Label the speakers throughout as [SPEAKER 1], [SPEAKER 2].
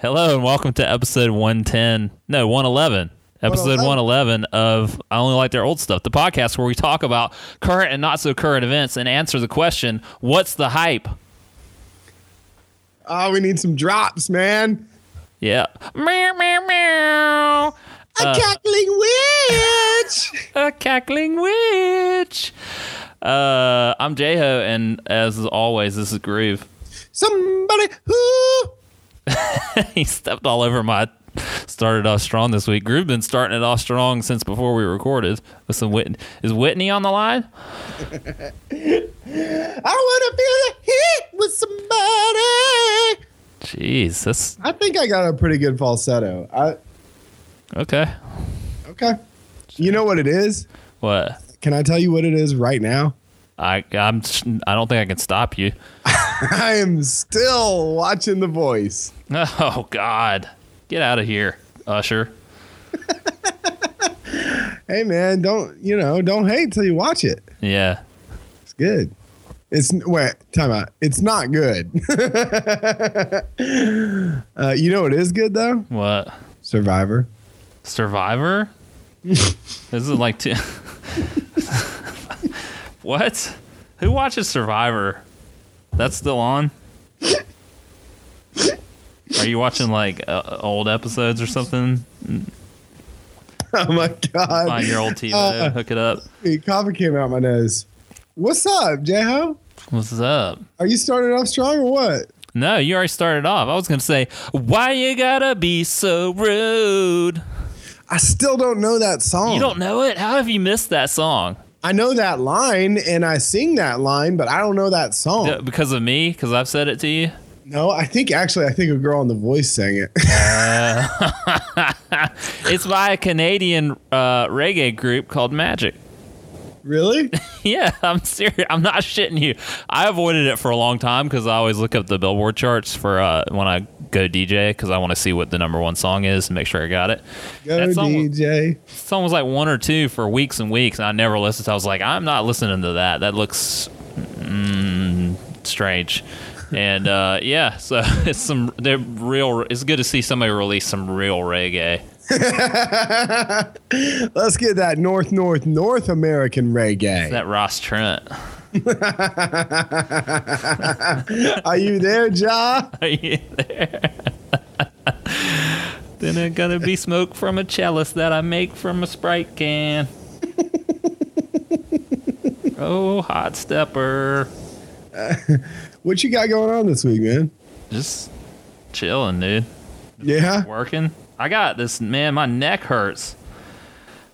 [SPEAKER 1] Hello and welcome to episode 110. No, 111. Episode 111 of I Only Like Their Old Stuff, the podcast where we talk about current and not so current events and answer the question, what's the hype?
[SPEAKER 2] Oh, we need some drops, man.
[SPEAKER 1] Yeah. Meow, meow, meow.
[SPEAKER 2] A cackling witch.
[SPEAKER 1] A cackling witch. Uh, I'm Jho, and as always, this is Groove.
[SPEAKER 2] Somebody who.
[SPEAKER 1] he stepped all over my started off strong this week. Groove been starting it off strong since before we recorded with some Whitney. Is Whitney on the line?
[SPEAKER 2] I want to feel the heat with somebody.
[SPEAKER 1] Jeez, that's
[SPEAKER 2] I think I got a pretty good falsetto. I,
[SPEAKER 1] okay.
[SPEAKER 2] okay. You know what it is?
[SPEAKER 1] What?
[SPEAKER 2] Can I tell you what it is right now?
[SPEAKER 1] I I'm I don't think I can stop you.
[SPEAKER 2] I am still watching The Voice.
[SPEAKER 1] Oh God, get out of here, Usher.
[SPEAKER 2] Hey, man, don't you know? Don't hate till you watch it.
[SPEAKER 1] Yeah,
[SPEAKER 2] It's good. It's wait, time out. It's not good. uh, you know what is good though?
[SPEAKER 1] what?
[SPEAKER 2] Survivor.
[SPEAKER 1] Survivor? this is like two. what? Who watches Survivor? That's still on? Are you watching like uh, old episodes or something?
[SPEAKER 2] Oh my god.
[SPEAKER 1] Find your old TV,
[SPEAKER 2] Uh,
[SPEAKER 1] hook it up.
[SPEAKER 2] Hey, Coffee came out my nose. What's up, Jeho?
[SPEAKER 1] What's up?
[SPEAKER 2] Are you starting off strong or what?
[SPEAKER 1] No, you already started off. I was gonna say, why you gotta be so rude?
[SPEAKER 2] I still don't know that song.
[SPEAKER 1] You don't know it? How have you missed that song?
[SPEAKER 2] I know that line and I sing that line, but I don't know that song.
[SPEAKER 1] Yeah, Because of me? Because I've said it to you?
[SPEAKER 2] No, I think actually I think a girl on The Voice sang it.
[SPEAKER 1] It's by a Canadian uh, reggae group called Magic.
[SPEAKER 2] really?
[SPEAKER 1] Yeah, I'm serious. I'm not shitting you. I avoided it for a long time because I always look up the Billboard charts for uh, when I go DJ because I want to see what the number one song is and make sure I got it.
[SPEAKER 2] Go
[SPEAKER 1] That song-
[SPEAKER 2] DJ.
[SPEAKER 1] Song was like one or two for weeks and weeks, and I never listened. So I was like, I'm not listening to that. That looks mm, strange. And uh, yeah, so it's some they're real. It's good to see somebody release some real reggae.
[SPEAKER 2] Let's get that North North North American reggae.
[SPEAKER 1] That Ross Trent.
[SPEAKER 2] Are you there, Ja?
[SPEAKER 1] Are you there? then it's gonna be smoke from a chalice that I make from a sprite can. oh, hot stepper.
[SPEAKER 2] What you got going on this week, man?
[SPEAKER 1] Just chilling, dude.
[SPEAKER 2] Yeah.
[SPEAKER 1] Working. I got this man, my neck hurts.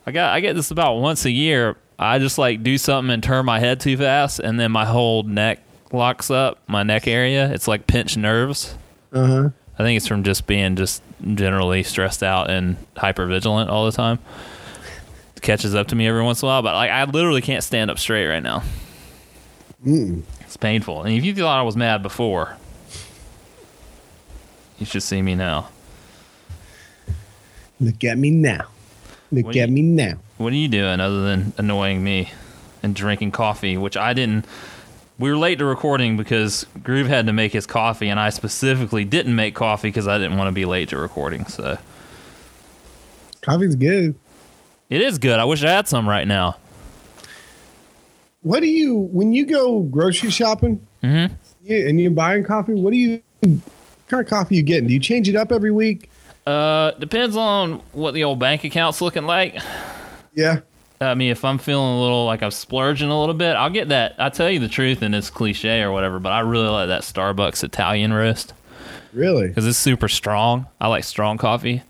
[SPEAKER 1] I got I get this about once a year. I just like do something and turn my head too fast and then my whole neck locks up, my neck area. It's like pinched nerves.
[SPEAKER 2] Uh huh.
[SPEAKER 1] I think it's from just being just generally stressed out and hyper vigilant all the time. It catches up to me every once in a while, but like I literally can't stand up straight right now. It's painful. And if you thought I was mad before, you should see me now.
[SPEAKER 2] Look at me now. Look
[SPEAKER 1] What
[SPEAKER 2] at
[SPEAKER 1] you-
[SPEAKER 2] me now.
[SPEAKER 1] What are you doing other than annoying me and drinking coffee, which I didn't? We were late to recording because Groove had to make his coffee, and I specifically didn't make coffee because I didn't want to be late to recording. So
[SPEAKER 2] Coffee's good.
[SPEAKER 1] it is good. I wish I had some right now.
[SPEAKER 2] What do you when you go grocery shopping
[SPEAKER 1] Mm-hmm.
[SPEAKER 2] you, and you're buying coffee? What do you what kind of coffee you getting? Do you change it up every week?
[SPEAKER 1] Uh, depends on what the old bank account's looking like.
[SPEAKER 2] Yeah.
[SPEAKER 1] I mean, if I'm feeling a little like I'm splurging a little bit, I'll get that. I tell you the truth, and it's cliche or whatever, but I really like that Starbucks Italian roast
[SPEAKER 2] Really?
[SPEAKER 1] because it's super strong. I like strong coffee.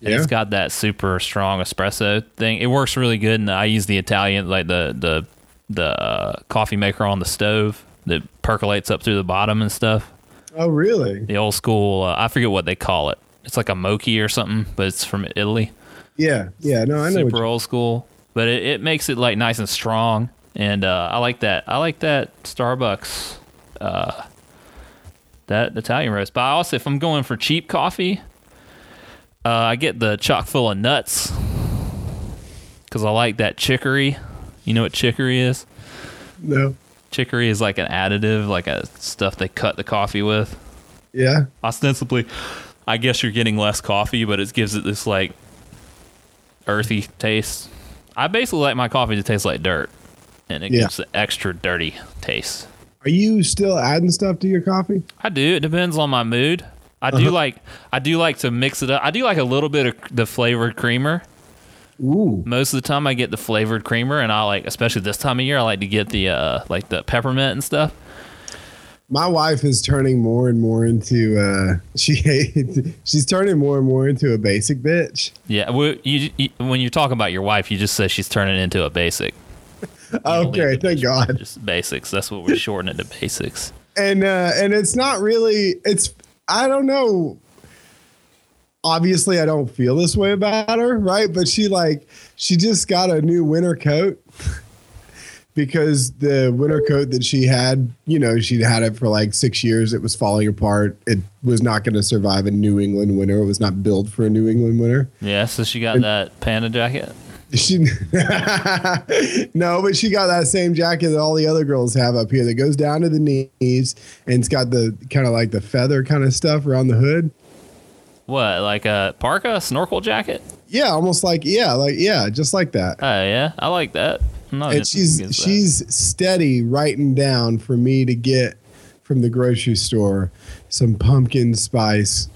[SPEAKER 1] And
[SPEAKER 2] Yeah.
[SPEAKER 1] It's got that super strong espresso thing. It works really good, and I use the Italian like the the the uh, coffee maker on the stove that percolates up through the bottom and stuff.
[SPEAKER 2] Oh, really?
[SPEAKER 1] The old school, uh, I forget what they call it. It's like a mochi or something, but it's from Italy.
[SPEAKER 2] Yeah. Yeah. No, I know. What
[SPEAKER 1] super
[SPEAKER 2] you,
[SPEAKER 1] old school, but it, it makes it like nice and strong. And uh, I like that. I like that Starbucks, uh, that Italian roast. But I also, if I'm going for cheap coffee, uh, I get the chock full of nuts because I like that chicory. You know what chicory is?
[SPEAKER 2] no.
[SPEAKER 1] Chicory is like an additive, like a stuff they cut the coffee with.
[SPEAKER 2] Yeah.
[SPEAKER 1] ostensibly i guess you're getting less coffee but it gives it this like earthy taste i basically like my coffee to taste like dirt and it
[SPEAKER 2] Yeah.
[SPEAKER 1] gives the extra dirty taste
[SPEAKER 2] Are you still adding stuff to your coffee?
[SPEAKER 1] i do it depends on my mood i do like i do like to mix it up i do like a little bit of the flavored creamer
[SPEAKER 2] Ooh.
[SPEAKER 1] most of the time i get the flavored creamer and i like especially this time of year i like to get the uh like the peppermint and stuff
[SPEAKER 2] My wife is turning more and more into uh she she's turning more and more into a basic bitch.
[SPEAKER 1] yeah well, you, you, when you're talking about your wife you just say she's turning into a basic
[SPEAKER 2] Okay,
[SPEAKER 1] leave the
[SPEAKER 2] thank God.
[SPEAKER 1] just basics that's what we're shortening to basics
[SPEAKER 2] and uh and it's not really it's i don't know obviously i don't feel this way about her right but she like she just got a new winter coat because the winter coat that she had you know she'd had it for like six years it was falling apart it was not going to survive a new england winter it was not built for a new england winter
[SPEAKER 1] Yeah, so she got that panda jacket.
[SPEAKER 2] she no, but she got that same jacket that all the other girls have up here that goes down to the knees and it's got the kind of like the feather kind of stuff around the hood.
[SPEAKER 1] What, like a parka, snorkel jacket?
[SPEAKER 2] Yeah, almost like yeah, like yeah, just like that.
[SPEAKER 1] Oh yeah, I like that. I'm not
[SPEAKER 2] And
[SPEAKER 1] against-
[SPEAKER 2] she's
[SPEAKER 1] against that.
[SPEAKER 2] she's steady writing down for me to get from the grocery store some pumpkin spice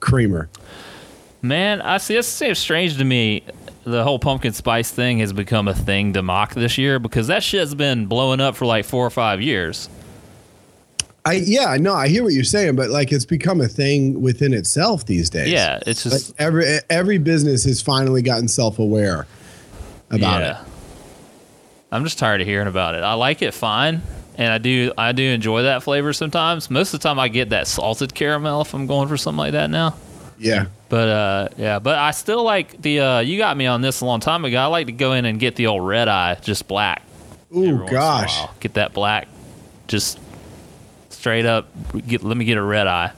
[SPEAKER 2] creamer.
[SPEAKER 1] man. I see. It seems strange to me. The whole pumpkin spice thing has become a thing to mock this year because that shit's been blowing up for like four or five years.
[SPEAKER 2] I yeah, no, I hear what you're saying, but like it's become a thing within itself these days.
[SPEAKER 1] Yeah, it's
[SPEAKER 2] Like
[SPEAKER 1] just
[SPEAKER 2] every every business has finally gotten self aware about
[SPEAKER 1] yeah.
[SPEAKER 2] it.
[SPEAKER 1] I'm just tired of hearing about it. I like it fine, and I do I do enjoy that flavor sometimes. Most of the time, I get that salted caramel if I'm going for something like that now.
[SPEAKER 2] Yeah.
[SPEAKER 1] But uh, yeah, but I still like the. Uh, you got me on this a long time ago. I like to go in and get the old red eye, just black. every
[SPEAKER 2] Oh
[SPEAKER 1] once in a
[SPEAKER 2] gosh.
[SPEAKER 1] while. get that black, just straight up. Get let me get a red eye.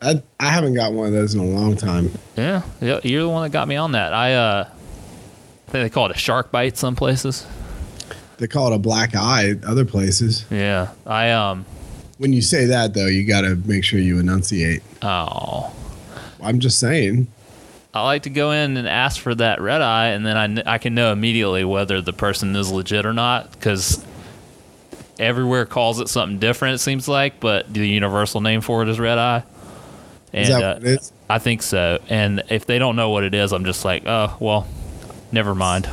[SPEAKER 2] I, I haven't got one of those in a long time.
[SPEAKER 1] Yeah, yeah, you're the one that got me on that. I uh, I think they call it a shark bite some places.
[SPEAKER 2] They call it a black eye at other places.
[SPEAKER 1] Yeah, I um,
[SPEAKER 2] When you say that though, you got to make sure you enunciate.
[SPEAKER 1] oh,
[SPEAKER 2] I'm just saying.
[SPEAKER 1] I like to go in and ask for that red eye, and then I, kn- I can know immediately whether the person is legit or not because everywhere calls it something different, it seems like, but the universal name for it is red eye. And
[SPEAKER 2] Is that
[SPEAKER 1] uh,
[SPEAKER 2] what it is?
[SPEAKER 1] I think so. And if they don't know what it is, I'm just like, oh, well, never mind.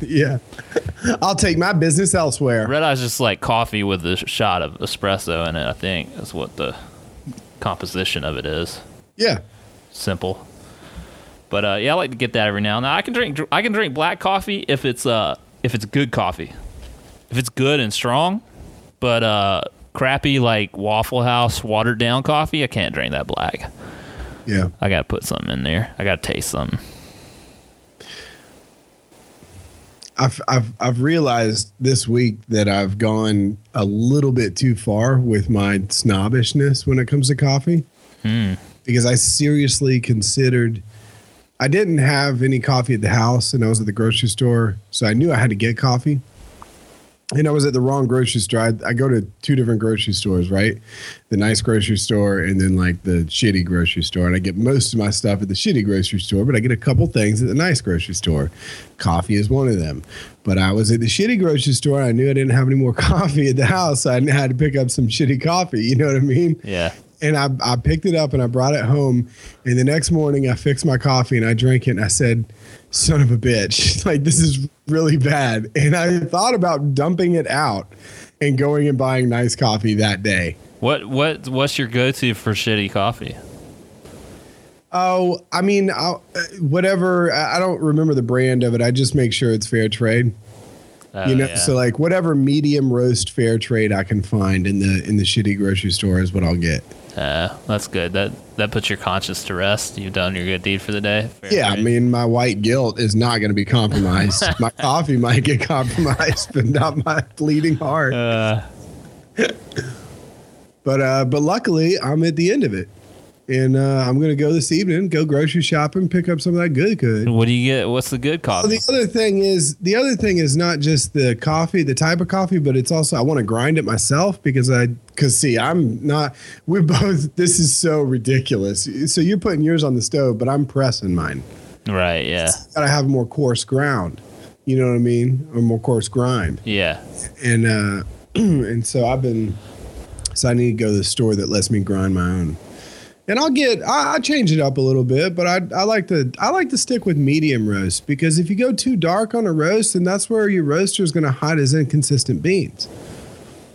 [SPEAKER 2] yeah. I'll take my business elsewhere.
[SPEAKER 1] Red eye's just like coffee with a shot of espresso in it, I think, is what the composition of it is.
[SPEAKER 2] Yeah.
[SPEAKER 1] simple. But uh, yeah, I like to get that every now and then. I can drink I can drink black coffee if it's uh if it's good coffee, if it's good and strong. But uh, crappy like Waffle House watered down coffee, I can't drink that black.
[SPEAKER 2] Yeah.
[SPEAKER 1] I gotta put something in there. I gotta taste something.
[SPEAKER 2] I've, I've, I've realized this week that I've gone a little bit too far with my snobbishness when it comes to coffee. Because I seriously considered, I didn't have any coffee at the house and I was at the grocery store. So I knew I had to get coffee. And I was at the wrong grocery store. I, I go to two different grocery stores, right? The nice grocery store and then like the shitty grocery store. And I get most of my stuff at the shitty grocery store, but I get a couple things at the nice grocery store. Coffee is one of them. But I was at the shitty grocery store. And I knew I didn't have any more coffee at the house. So I had to pick up some shitty coffee. You know what I mean?
[SPEAKER 1] Yeah,
[SPEAKER 2] and I, I picked it up and I brought it home. And the next morning, I fixed my coffee and I drank it. And I said, "Son of a bitch! Like this is really bad." And I thought about dumping it out and going and buying nice coffee that day.
[SPEAKER 1] what what what's your go to for shitty coffee?
[SPEAKER 2] Oh, I mean, I, whatever. I I don't remember the brand of it. I just make sure it's fair trade.
[SPEAKER 1] Uh,
[SPEAKER 2] you know,
[SPEAKER 1] yeah.
[SPEAKER 2] so like whatever medium roast fair trade I can find in the in the shitty grocery store is what I'll get.
[SPEAKER 1] Uh, that's good. That that puts your conscience to rest. You've done your good deed for the day. Fair
[SPEAKER 2] Yeah,
[SPEAKER 1] trade.
[SPEAKER 2] I mean, my white guilt is not going to be compromised. my coffee might get compromised, but not my bleeding heart.
[SPEAKER 1] Uh,
[SPEAKER 2] but uh, but luckily, I'm at the end of it. And uh, I'm going to go this evening, go grocery shopping, pick up some of that good good.
[SPEAKER 1] What do you get? What's the good
[SPEAKER 2] So
[SPEAKER 1] coffee?
[SPEAKER 2] the other thing is the other thing is not just the coffee, the type of coffee, but it's also I want to grind it myself because I because see I'm not we both this is so ridiculous. So you're putting yours on the stove, but I'm pressing mine.
[SPEAKER 1] right. Yeah.
[SPEAKER 2] Gotta have more coarse ground, you know what I mean, or more coarse grind.
[SPEAKER 1] Yeah.
[SPEAKER 2] And uh, and so I've been so I need to go to the store that lets me grind my own. And I'll get I, I change it up a little bit, but I I like to I like to stick with medium roast because if you go too dark on a roast, then that's where your roaster is going to hide his inconsistent beans.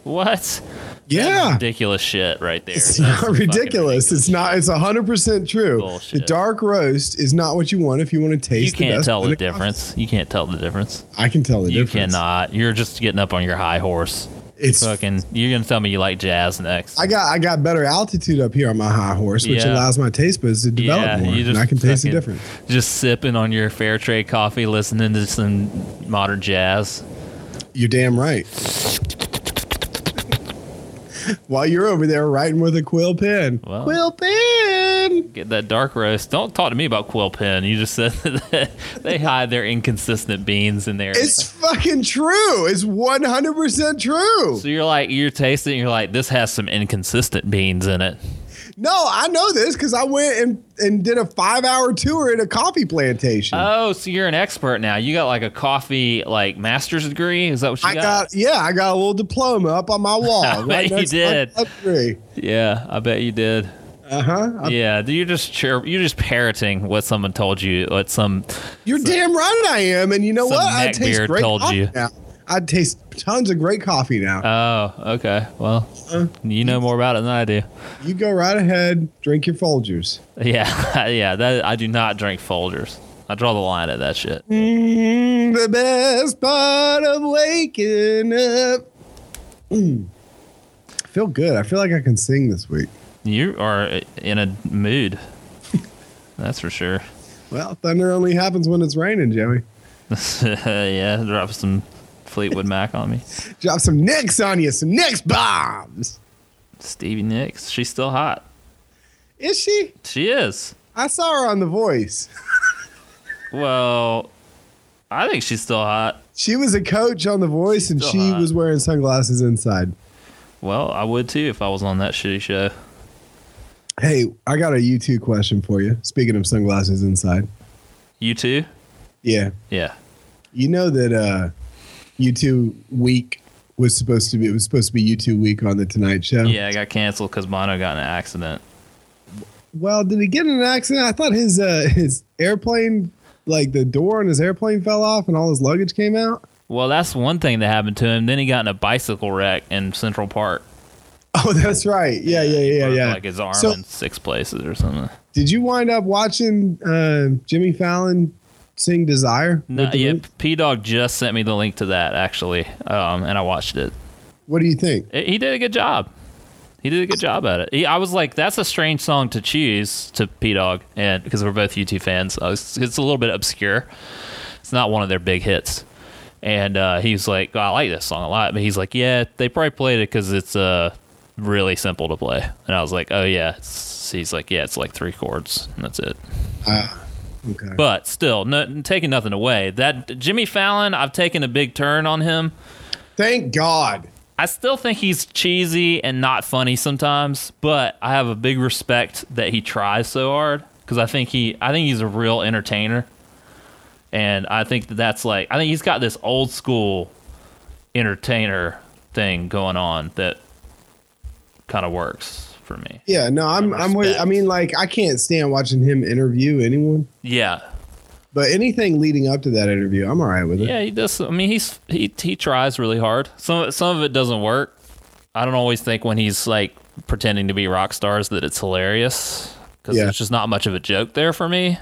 [SPEAKER 1] What?
[SPEAKER 2] Yeah.
[SPEAKER 1] Ridiculous shit right there.
[SPEAKER 2] It's
[SPEAKER 1] That's
[SPEAKER 2] not
[SPEAKER 1] fucking
[SPEAKER 2] ridiculous. It's not. It's hundred percent true.
[SPEAKER 1] Bullshit.
[SPEAKER 2] The dark roast is not what you want if you want to
[SPEAKER 1] You
[SPEAKER 2] taste. the
[SPEAKER 1] can't
[SPEAKER 2] best
[SPEAKER 1] tell
[SPEAKER 2] blend
[SPEAKER 1] the
[SPEAKER 2] of coffee.
[SPEAKER 1] difference. You can't tell the difference.
[SPEAKER 2] I can tell the
[SPEAKER 1] You
[SPEAKER 2] difference.
[SPEAKER 1] cannot. You're just getting up on your high horse.
[SPEAKER 2] It's
[SPEAKER 1] Fucking. You're gonna tell me you like jazz next.
[SPEAKER 2] I got I got better altitude up here on my high horse, which
[SPEAKER 1] Yeah.
[SPEAKER 2] allows my taste buds to develop
[SPEAKER 1] Yeah,
[SPEAKER 2] more,
[SPEAKER 1] you
[SPEAKER 2] and
[SPEAKER 1] just
[SPEAKER 2] I can taste the
[SPEAKER 1] fucking-
[SPEAKER 2] difference.
[SPEAKER 1] Just sipping on your fair trade coffee, listening to some modern jazz.
[SPEAKER 2] You're damn right. While you're over there writing with a quill pen,
[SPEAKER 1] Wow.
[SPEAKER 2] quill pen.
[SPEAKER 1] Get that dark roast. Don't talk to me about quill pen. You just said that they hide their inconsistent beans in there.
[SPEAKER 2] It's fucking true. It's 100 percent true.
[SPEAKER 1] so you're like you're tasting. You're like this has some inconsistent beans in it.
[SPEAKER 2] No, I know this because I went and, and did a five hour tour at a coffee plantation.
[SPEAKER 1] Oh, so you're an expert now. You got like a coffee like master's degree. Is that what you
[SPEAKER 2] I got yeah, I got a little diploma up on my wall.
[SPEAKER 1] bet you did.
[SPEAKER 2] Uh
[SPEAKER 1] Yeah, I bet you did.
[SPEAKER 2] huh.
[SPEAKER 1] Yeah, you're just chir- you're just parroting what someone told you. What some
[SPEAKER 2] You're damn right I am. And you know
[SPEAKER 1] Some
[SPEAKER 2] what? I
[SPEAKER 1] neck
[SPEAKER 2] taste
[SPEAKER 1] beard
[SPEAKER 2] great
[SPEAKER 1] told
[SPEAKER 2] coffee
[SPEAKER 1] you.
[SPEAKER 2] now. I taste tons of great coffee now.
[SPEAKER 1] Oh, okay. Well,
[SPEAKER 2] Uh,
[SPEAKER 1] you know more about it than I do.
[SPEAKER 2] you go right ahead, drink your Folgers.
[SPEAKER 1] Yeah, yeah. That I do not drink Folgers. I draw the line at that shit.
[SPEAKER 2] Mm, the best part of waking up. Mm. I feel good. I feel like I can sing this week.
[SPEAKER 1] You are in a mood. That's for sure.
[SPEAKER 2] Well, thunder only happens when it's raining, Joey.
[SPEAKER 1] yeah, drop some Fleetwood Mac on me.
[SPEAKER 2] Drop some nicks on you, some nicks bombs.
[SPEAKER 1] Stevie Nicks, she's still hot.
[SPEAKER 2] Is she?
[SPEAKER 1] She is.
[SPEAKER 2] I saw her on The Voice.
[SPEAKER 1] Well, I think she's still hot.
[SPEAKER 2] She was a coach on The Voice, and
[SPEAKER 1] Still
[SPEAKER 2] she
[SPEAKER 1] hot.
[SPEAKER 2] was wearing sunglasses inside.
[SPEAKER 1] Well, I would too if I was on that shitty show.
[SPEAKER 2] Hey, I got a U2 question for you. Speaking of sunglasses inside.
[SPEAKER 1] You too?
[SPEAKER 2] Yeah.
[SPEAKER 1] Yeah.
[SPEAKER 2] You know that uh U2 week was supposed to be it was supposed to be U2 week on the Tonight Show.
[SPEAKER 1] Yeah, I got canceled because Bono got in an accident.
[SPEAKER 2] Well, did he get in an accident? I thought his uh his airplane like the door on his airplane fell off and all his luggage came out.
[SPEAKER 1] Well, that's one thing that happened to him. Then he got in a bicycle wreck in Central Park.
[SPEAKER 2] Oh, that's right. Yeah, yeah, yeah,
[SPEAKER 1] broke,
[SPEAKER 2] yeah.
[SPEAKER 1] Like his arm
[SPEAKER 2] So-
[SPEAKER 1] in six places or something.
[SPEAKER 2] Did you wind up watching uh Jimmy Fallon sing Desire?
[SPEAKER 1] No,
[SPEAKER 2] with the
[SPEAKER 1] yeah.
[SPEAKER 2] loop?
[SPEAKER 1] P Dog just sent me the link to that actually, um, and I watched it.
[SPEAKER 2] What do you think?
[SPEAKER 1] It- He did a good job. He did a good job at it. He, I was like, that's a strange song to choose to P Dog, and because we're both U2 fans, I was, it's a little bit obscure. It's not one of their big hits. And uh, he was like, I like this song a lot. But he's like, yeah, they probably played it because it's uh, really simple to play. And I was like, oh, yeah. It's, he's like, yeah, it's like three chords, and that's it.
[SPEAKER 2] Okay.
[SPEAKER 1] But still, no, taking nothing away. That Jimmy Fallon, I've taken a big turn on him.
[SPEAKER 2] Thank God.
[SPEAKER 1] I still think he's cheesy and not funny sometimes, but I have a big respect that he tries so hard because I think he, I think he's a real entertainer, and I think that that's like, I think he's got this old school entertainer thing going on that kind of works for me.
[SPEAKER 2] Yeah, no, I'm I'm with, I
[SPEAKER 1] Respect.
[SPEAKER 2] mean like I can't stand watching him interview anyone,
[SPEAKER 1] Yeah,
[SPEAKER 2] but anything leading up to that interview, I'm all right with it.
[SPEAKER 1] Yeah, he does. I mean, he's he he tries really hard. Some some of it doesn't work. I don't always think when he's like pretending to be rock stars that it's hilarious because
[SPEAKER 2] Yeah.
[SPEAKER 1] there's just not much of a joke there for me.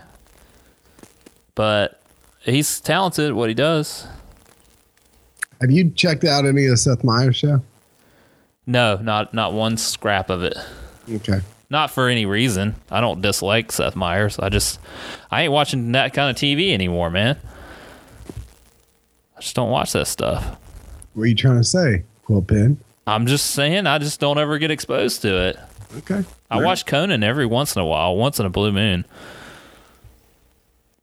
[SPEAKER 1] But he's talented at what he does.
[SPEAKER 2] Have you checked out any of Seth Meyers show?
[SPEAKER 1] No, not not one scrap of it.
[SPEAKER 2] Okay.
[SPEAKER 1] Not for any reason. I don't dislike Seth Meyers. I just I ain't watching that kind of TV anymore, man. I just don't watch that stuff.
[SPEAKER 2] What are you trying to say, Quill Pen?
[SPEAKER 1] I'm just saying, I just don't ever get exposed to it.
[SPEAKER 2] Okay.
[SPEAKER 1] I watch Conan every once in a while, once in a blue moon.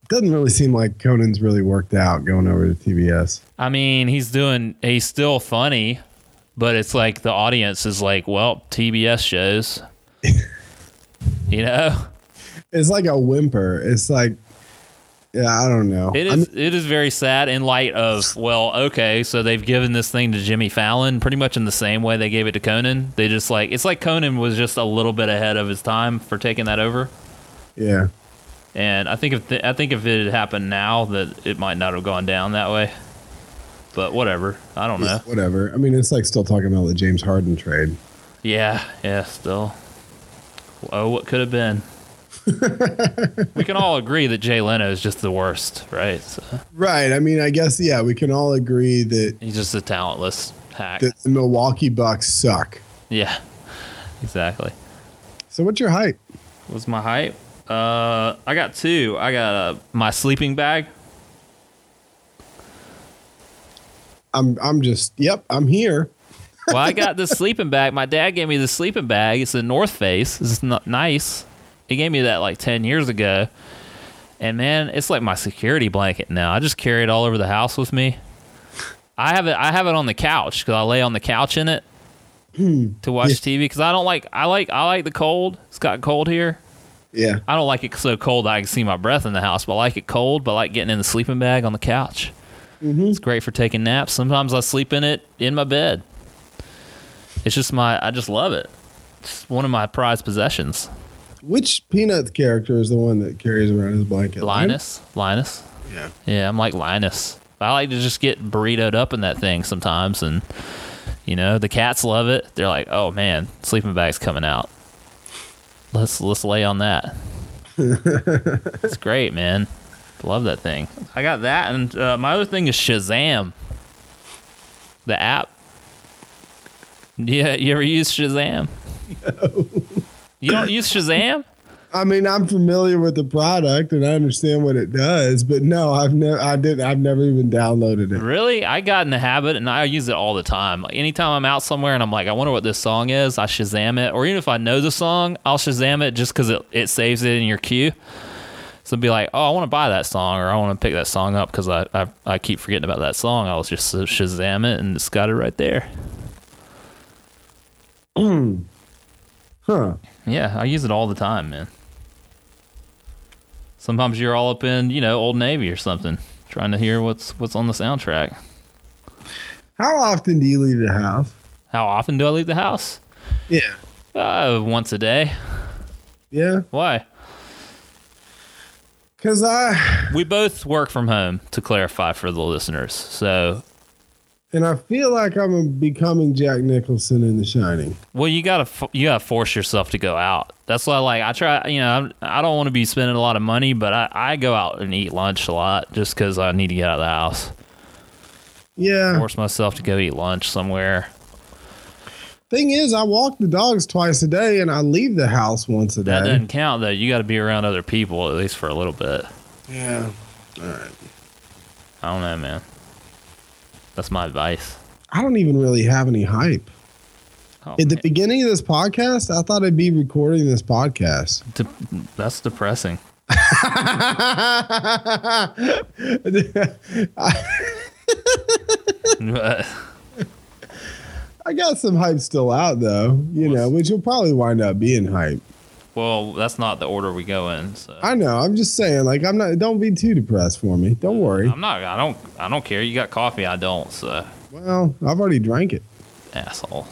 [SPEAKER 2] Doesn't really seem like Conan's really worked out going over to TBS.
[SPEAKER 1] I mean, he's doing, he's still funny, but it's like the audience is like, well, TBS shows. you know,
[SPEAKER 2] It's like a whimper. It's like, yeah, I don't know.
[SPEAKER 1] it
[SPEAKER 2] I mean,
[SPEAKER 1] is, it is very sad in light of, well, okay, so they've given this thing to Jimmy Fallon pretty much in the same way they gave it to Conan. They just like, it's like Conan was just a little bit ahead of his time for taking that over.
[SPEAKER 2] yeah.
[SPEAKER 1] And I think if th- I think if it had happened now, that it might not have gone down that way. But whatever, I don't know.
[SPEAKER 2] Whatever. I mean, it's like still talking about the James Harden trade.
[SPEAKER 1] Yeah, yeah, still. Oh, what could have been? we can all agree that Jay Leno is just the worst, right? So,
[SPEAKER 2] Right. I mean, I guess, yeah, we can all agree that,
[SPEAKER 1] he's just a talentless hack.
[SPEAKER 2] that the Milwaukee Bucks suck.
[SPEAKER 1] yeah, exactly.
[SPEAKER 2] So, what's your height?
[SPEAKER 1] What's my height? Uh, I got two. I got uh, my sleeping bag.
[SPEAKER 2] I'm, I'm just, yep, I'm here.
[SPEAKER 1] Well, I got this sleeping bag. My dad gave me this sleeping bag. It's a North Face. It's not nice. He gave me that like ten years ago, and man, it's like my security blanket now. I just carry it all over the house with me. I have it. I have it on the couch because I lay on the couch in it to watch
[SPEAKER 2] Yeah.
[SPEAKER 1] TV because I don't like. I like. I like the cold. It's got cold here.
[SPEAKER 2] Yeah.
[SPEAKER 1] I don't like it so cold I can see my breath in the house, but I like it cold. But I like getting in the sleeping bag on the couch. It's great for taking naps. Sometimes I sleep in it in my bed. It's just my, I just love it. It's one of my prized possessions.
[SPEAKER 2] Which peanut character is the one that carries around his blanket?
[SPEAKER 1] Linus, Linus.
[SPEAKER 2] Yeah.
[SPEAKER 1] Yeah, I'm like Linus. I like to just get burritoed up in that thing sometimes, and you know the cats love it. They're like, "Oh man, sleeping bag's coming out. Let's let's lay on that." it's great, man. Love that thing. I got that, and uh, my other thing is Shazam, the app. Yeah, you ever use Shazam? No. You don't use Shazam?
[SPEAKER 2] I mean, I'm familiar with the product and I understand what it does, but no, I've never, I did, I've never even downloaded it.
[SPEAKER 1] Really? I got in the habit and I use it all the time. Like anytime I'm out somewhere and I'm like, I wonder what this song is, I Shazam it. Or even if I know the song, I'll Shazam it just because it, it saves it in your queue. So be like, oh, I want to buy that song or I want to pick that song up because I, I, I keep forgetting about that song. I'll just Shazam it and it's got it right there.
[SPEAKER 2] Huh.
[SPEAKER 1] Yeah, I use it all the time, man. Sometimes you're all up in, you know, Old Navy or something, trying to hear what's what's on the soundtrack.
[SPEAKER 2] How often do you leave the house?
[SPEAKER 1] How often do I leave the house?
[SPEAKER 2] Yeah.
[SPEAKER 1] Uh, once a day.
[SPEAKER 2] Yeah.
[SPEAKER 1] Why?
[SPEAKER 2] Cause I,
[SPEAKER 1] We both work from home, to clarify for the listeners. So,
[SPEAKER 2] and I feel like I'm becoming Jack Nicholson in The Shining.
[SPEAKER 1] well, you gotta f- you gotta force yourself to go out. That's why, like, I try. You know, I'm, I don't want to be spending a lot of money, but I, I go out and eat lunch a lot just because I need to get out of the house.
[SPEAKER 2] Yeah.
[SPEAKER 1] Force myself to go eat lunch somewhere.
[SPEAKER 2] Thing is, I walk the dogs twice a day and I leave the house once a
[SPEAKER 1] That
[SPEAKER 2] day.
[SPEAKER 1] doesn't count though. You got to be around other people at least for a little bit.
[SPEAKER 2] Yeah.
[SPEAKER 1] I don't know, man. That's my advice.
[SPEAKER 2] I don't even really have any hype.
[SPEAKER 1] Oh,
[SPEAKER 2] At the
[SPEAKER 1] man.
[SPEAKER 2] beginning of this podcast, I thought I'd be recording this podcast.
[SPEAKER 1] De- that's depressing. But-
[SPEAKER 2] I got some hype still out though, you know, which will probably wind up being hype.
[SPEAKER 1] well, that's not the order we go in. So.
[SPEAKER 2] I know. I'm just saying, like, I'm not. Don't be too depressed for me. Don't worry.
[SPEAKER 1] I'm not. I don't. I don't care. You got coffee. I don't. So
[SPEAKER 2] Well, I've already drank it.
[SPEAKER 1] asshole.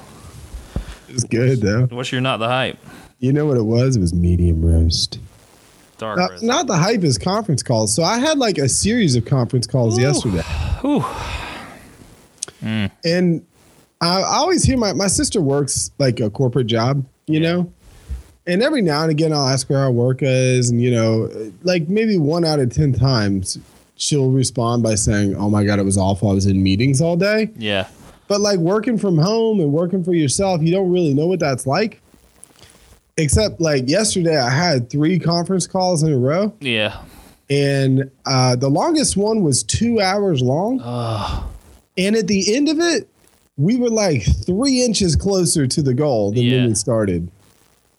[SPEAKER 2] It's good though.
[SPEAKER 1] What's your not the hype?
[SPEAKER 2] You know what it was? It was medium roast.
[SPEAKER 1] Dark
[SPEAKER 2] Now,
[SPEAKER 1] roast.
[SPEAKER 2] not the hype is conference calls. So I had like a series of conference calls yesterday.
[SPEAKER 1] Whew.
[SPEAKER 2] And I, I always hear my my sister works like a corporate job, you know. And every now and again, I'll ask her how work is, and you know, like maybe one out of ten times, she'll respond by saying, "Oh my god, it was awful. I was in meetings all day."
[SPEAKER 1] Yeah.
[SPEAKER 2] But like working from home and working for yourself, you don't really know what that's like. Except like yesterday, I had three conference calls in a row,
[SPEAKER 1] Yeah.
[SPEAKER 2] and uh, the longest one was two hours long.
[SPEAKER 1] Oh.
[SPEAKER 2] And at the end of it, we were like three inches closer to the goal than
[SPEAKER 1] Yeah.
[SPEAKER 2] when we started.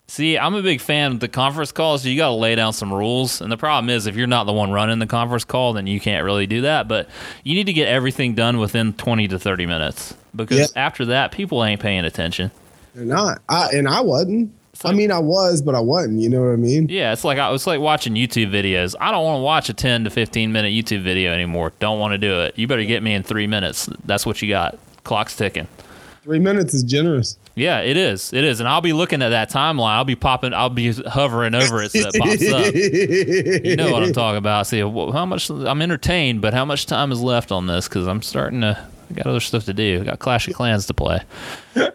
[SPEAKER 1] See, I'm a big fan of the conference calls. You got to lay down some rules. And the problem is, if you're not the one running the conference call, then you can't really do that. But you need to get everything done within 20 to 30 minutes because
[SPEAKER 2] Yeah.
[SPEAKER 1] after that, people ain't paying attention.
[SPEAKER 2] They're not. I and I wasn't. I
[SPEAKER 1] like-
[SPEAKER 2] mean, I was, but I wasn't. You know what I mean?
[SPEAKER 1] Yeah, it's like it's like watching YouTube videos. I don't want to watch a 10 to 15 minute YouTube video anymore. Don't want to do it. You better get me in three minutes. That's what you got. Clock's ticking.
[SPEAKER 2] Three minutes is generous.
[SPEAKER 1] Yeah, it is. It is. And I'll be looking at that timeline. I'll be popping, I'll be hovering over it so it pops up. You know what I'm talking about. See, wh- how much I'm entertained, but how much time is left on this? Because I'm starting to. I got other stuff to do. I got Clash of Clans to play.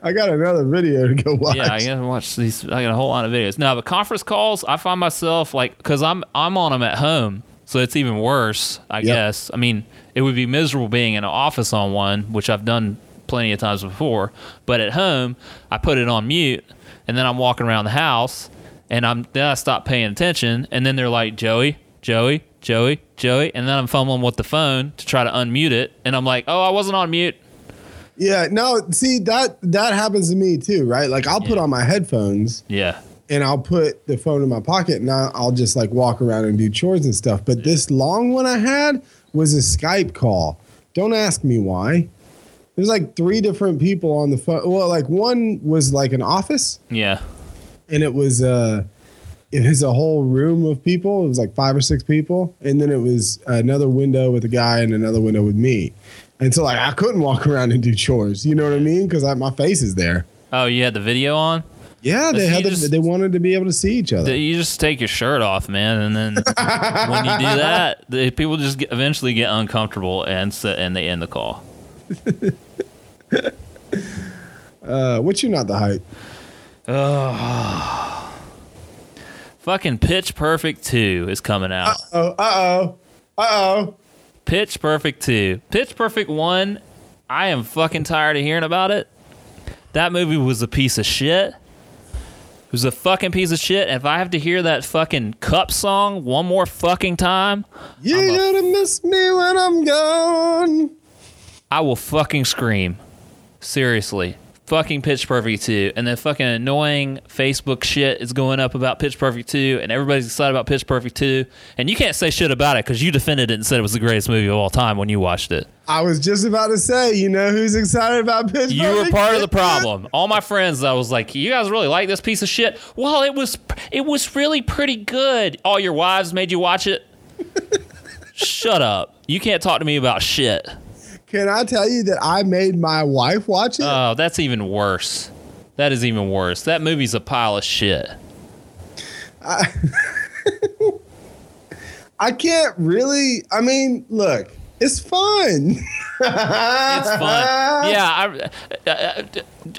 [SPEAKER 2] I got another video to go watch.
[SPEAKER 1] Yeah, I gotta watch these. I got a whole lot of videos. No, but conference calls, I find myself like because I'm I'm on them at home, so it's even worse. I
[SPEAKER 2] Yep.
[SPEAKER 1] guess. I mean, it would be miserable being in an office on one, which I've done plenty of times before. But at home, I put it on mute, and then I'm walking around the house, and I'm then I stop paying attention, and then they're like Joey, Joey, Joey, Joey, and then I'm fumbling with the phone to try to unmute it, and I'm like, oh, I wasn't on mute.
[SPEAKER 2] Yeah, no, see that that happens to me too, right? Like I'll put on my headphones
[SPEAKER 1] Yeah.
[SPEAKER 2] and I'll put the phone in my pocket and I- I'll just like walk around and do chores and stuff. But this long one I had was a Skype call. Don't ask me why. There's like three different people on the phone. Well, like one was like an office
[SPEAKER 1] Yeah.
[SPEAKER 2] and it was uh it was a whole room of people. It was like five or six people, and then it was another window with a guy and another window with me. And so like I couldn't walk around and do chores. You know what I mean? Because my face is there.
[SPEAKER 1] Oh, you had the video on.
[SPEAKER 2] Yeah, they
[SPEAKER 1] So
[SPEAKER 2] had the,
[SPEAKER 1] you just-
[SPEAKER 2] they wanted to be able to see each other.
[SPEAKER 1] Th- You just take your shirt off, man, and then when you do that, the people just get, eventually get uncomfortable and sit, and they end the call.
[SPEAKER 2] uh, what you not the hype?
[SPEAKER 1] Fucking Pitch Perfect Two is coming out.
[SPEAKER 2] Oh, uh oh, uh oh.
[SPEAKER 1] Pitch Perfect Two, Pitch Perfect One. I am fucking tired of hearing about it. That movie was a piece of shit. It was a fucking piece of shit. If I have to hear that fucking cup song one more fucking time,
[SPEAKER 2] You
[SPEAKER 1] I'm a-
[SPEAKER 2] gonna miss me when I'm gone.
[SPEAKER 1] I will fucking scream. Seriously. Fucking Pitch Perfect 2. And then fucking annoying Facebook shit is going up about Pitch Perfect 2, and everybody's excited about Pitch Perfect 2. And you can't say shit about it because you defended it and said it was the greatest movie of all time when you watched it.
[SPEAKER 2] I was just about to say, you know who's excited about Pitch
[SPEAKER 1] You were
[SPEAKER 2] Perfect?
[SPEAKER 1] part of the problem. All my friends, I was like, you guys really like this piece of shit? Well, it was it was really pretty good. All your wives made you watch it? Shut up. You can't talk to me about shit.
[SPEAKER 2] Can I tell you that I made my wife watch it?
[SPEAKER 1] Oh, that's even worse. That is even worse. That movie's a pile of shit.
[SPEAKER 2] I can't really. I mean, look, it's fun.
[SPEAKER 1] It's fun. yeah. I, uh, uh,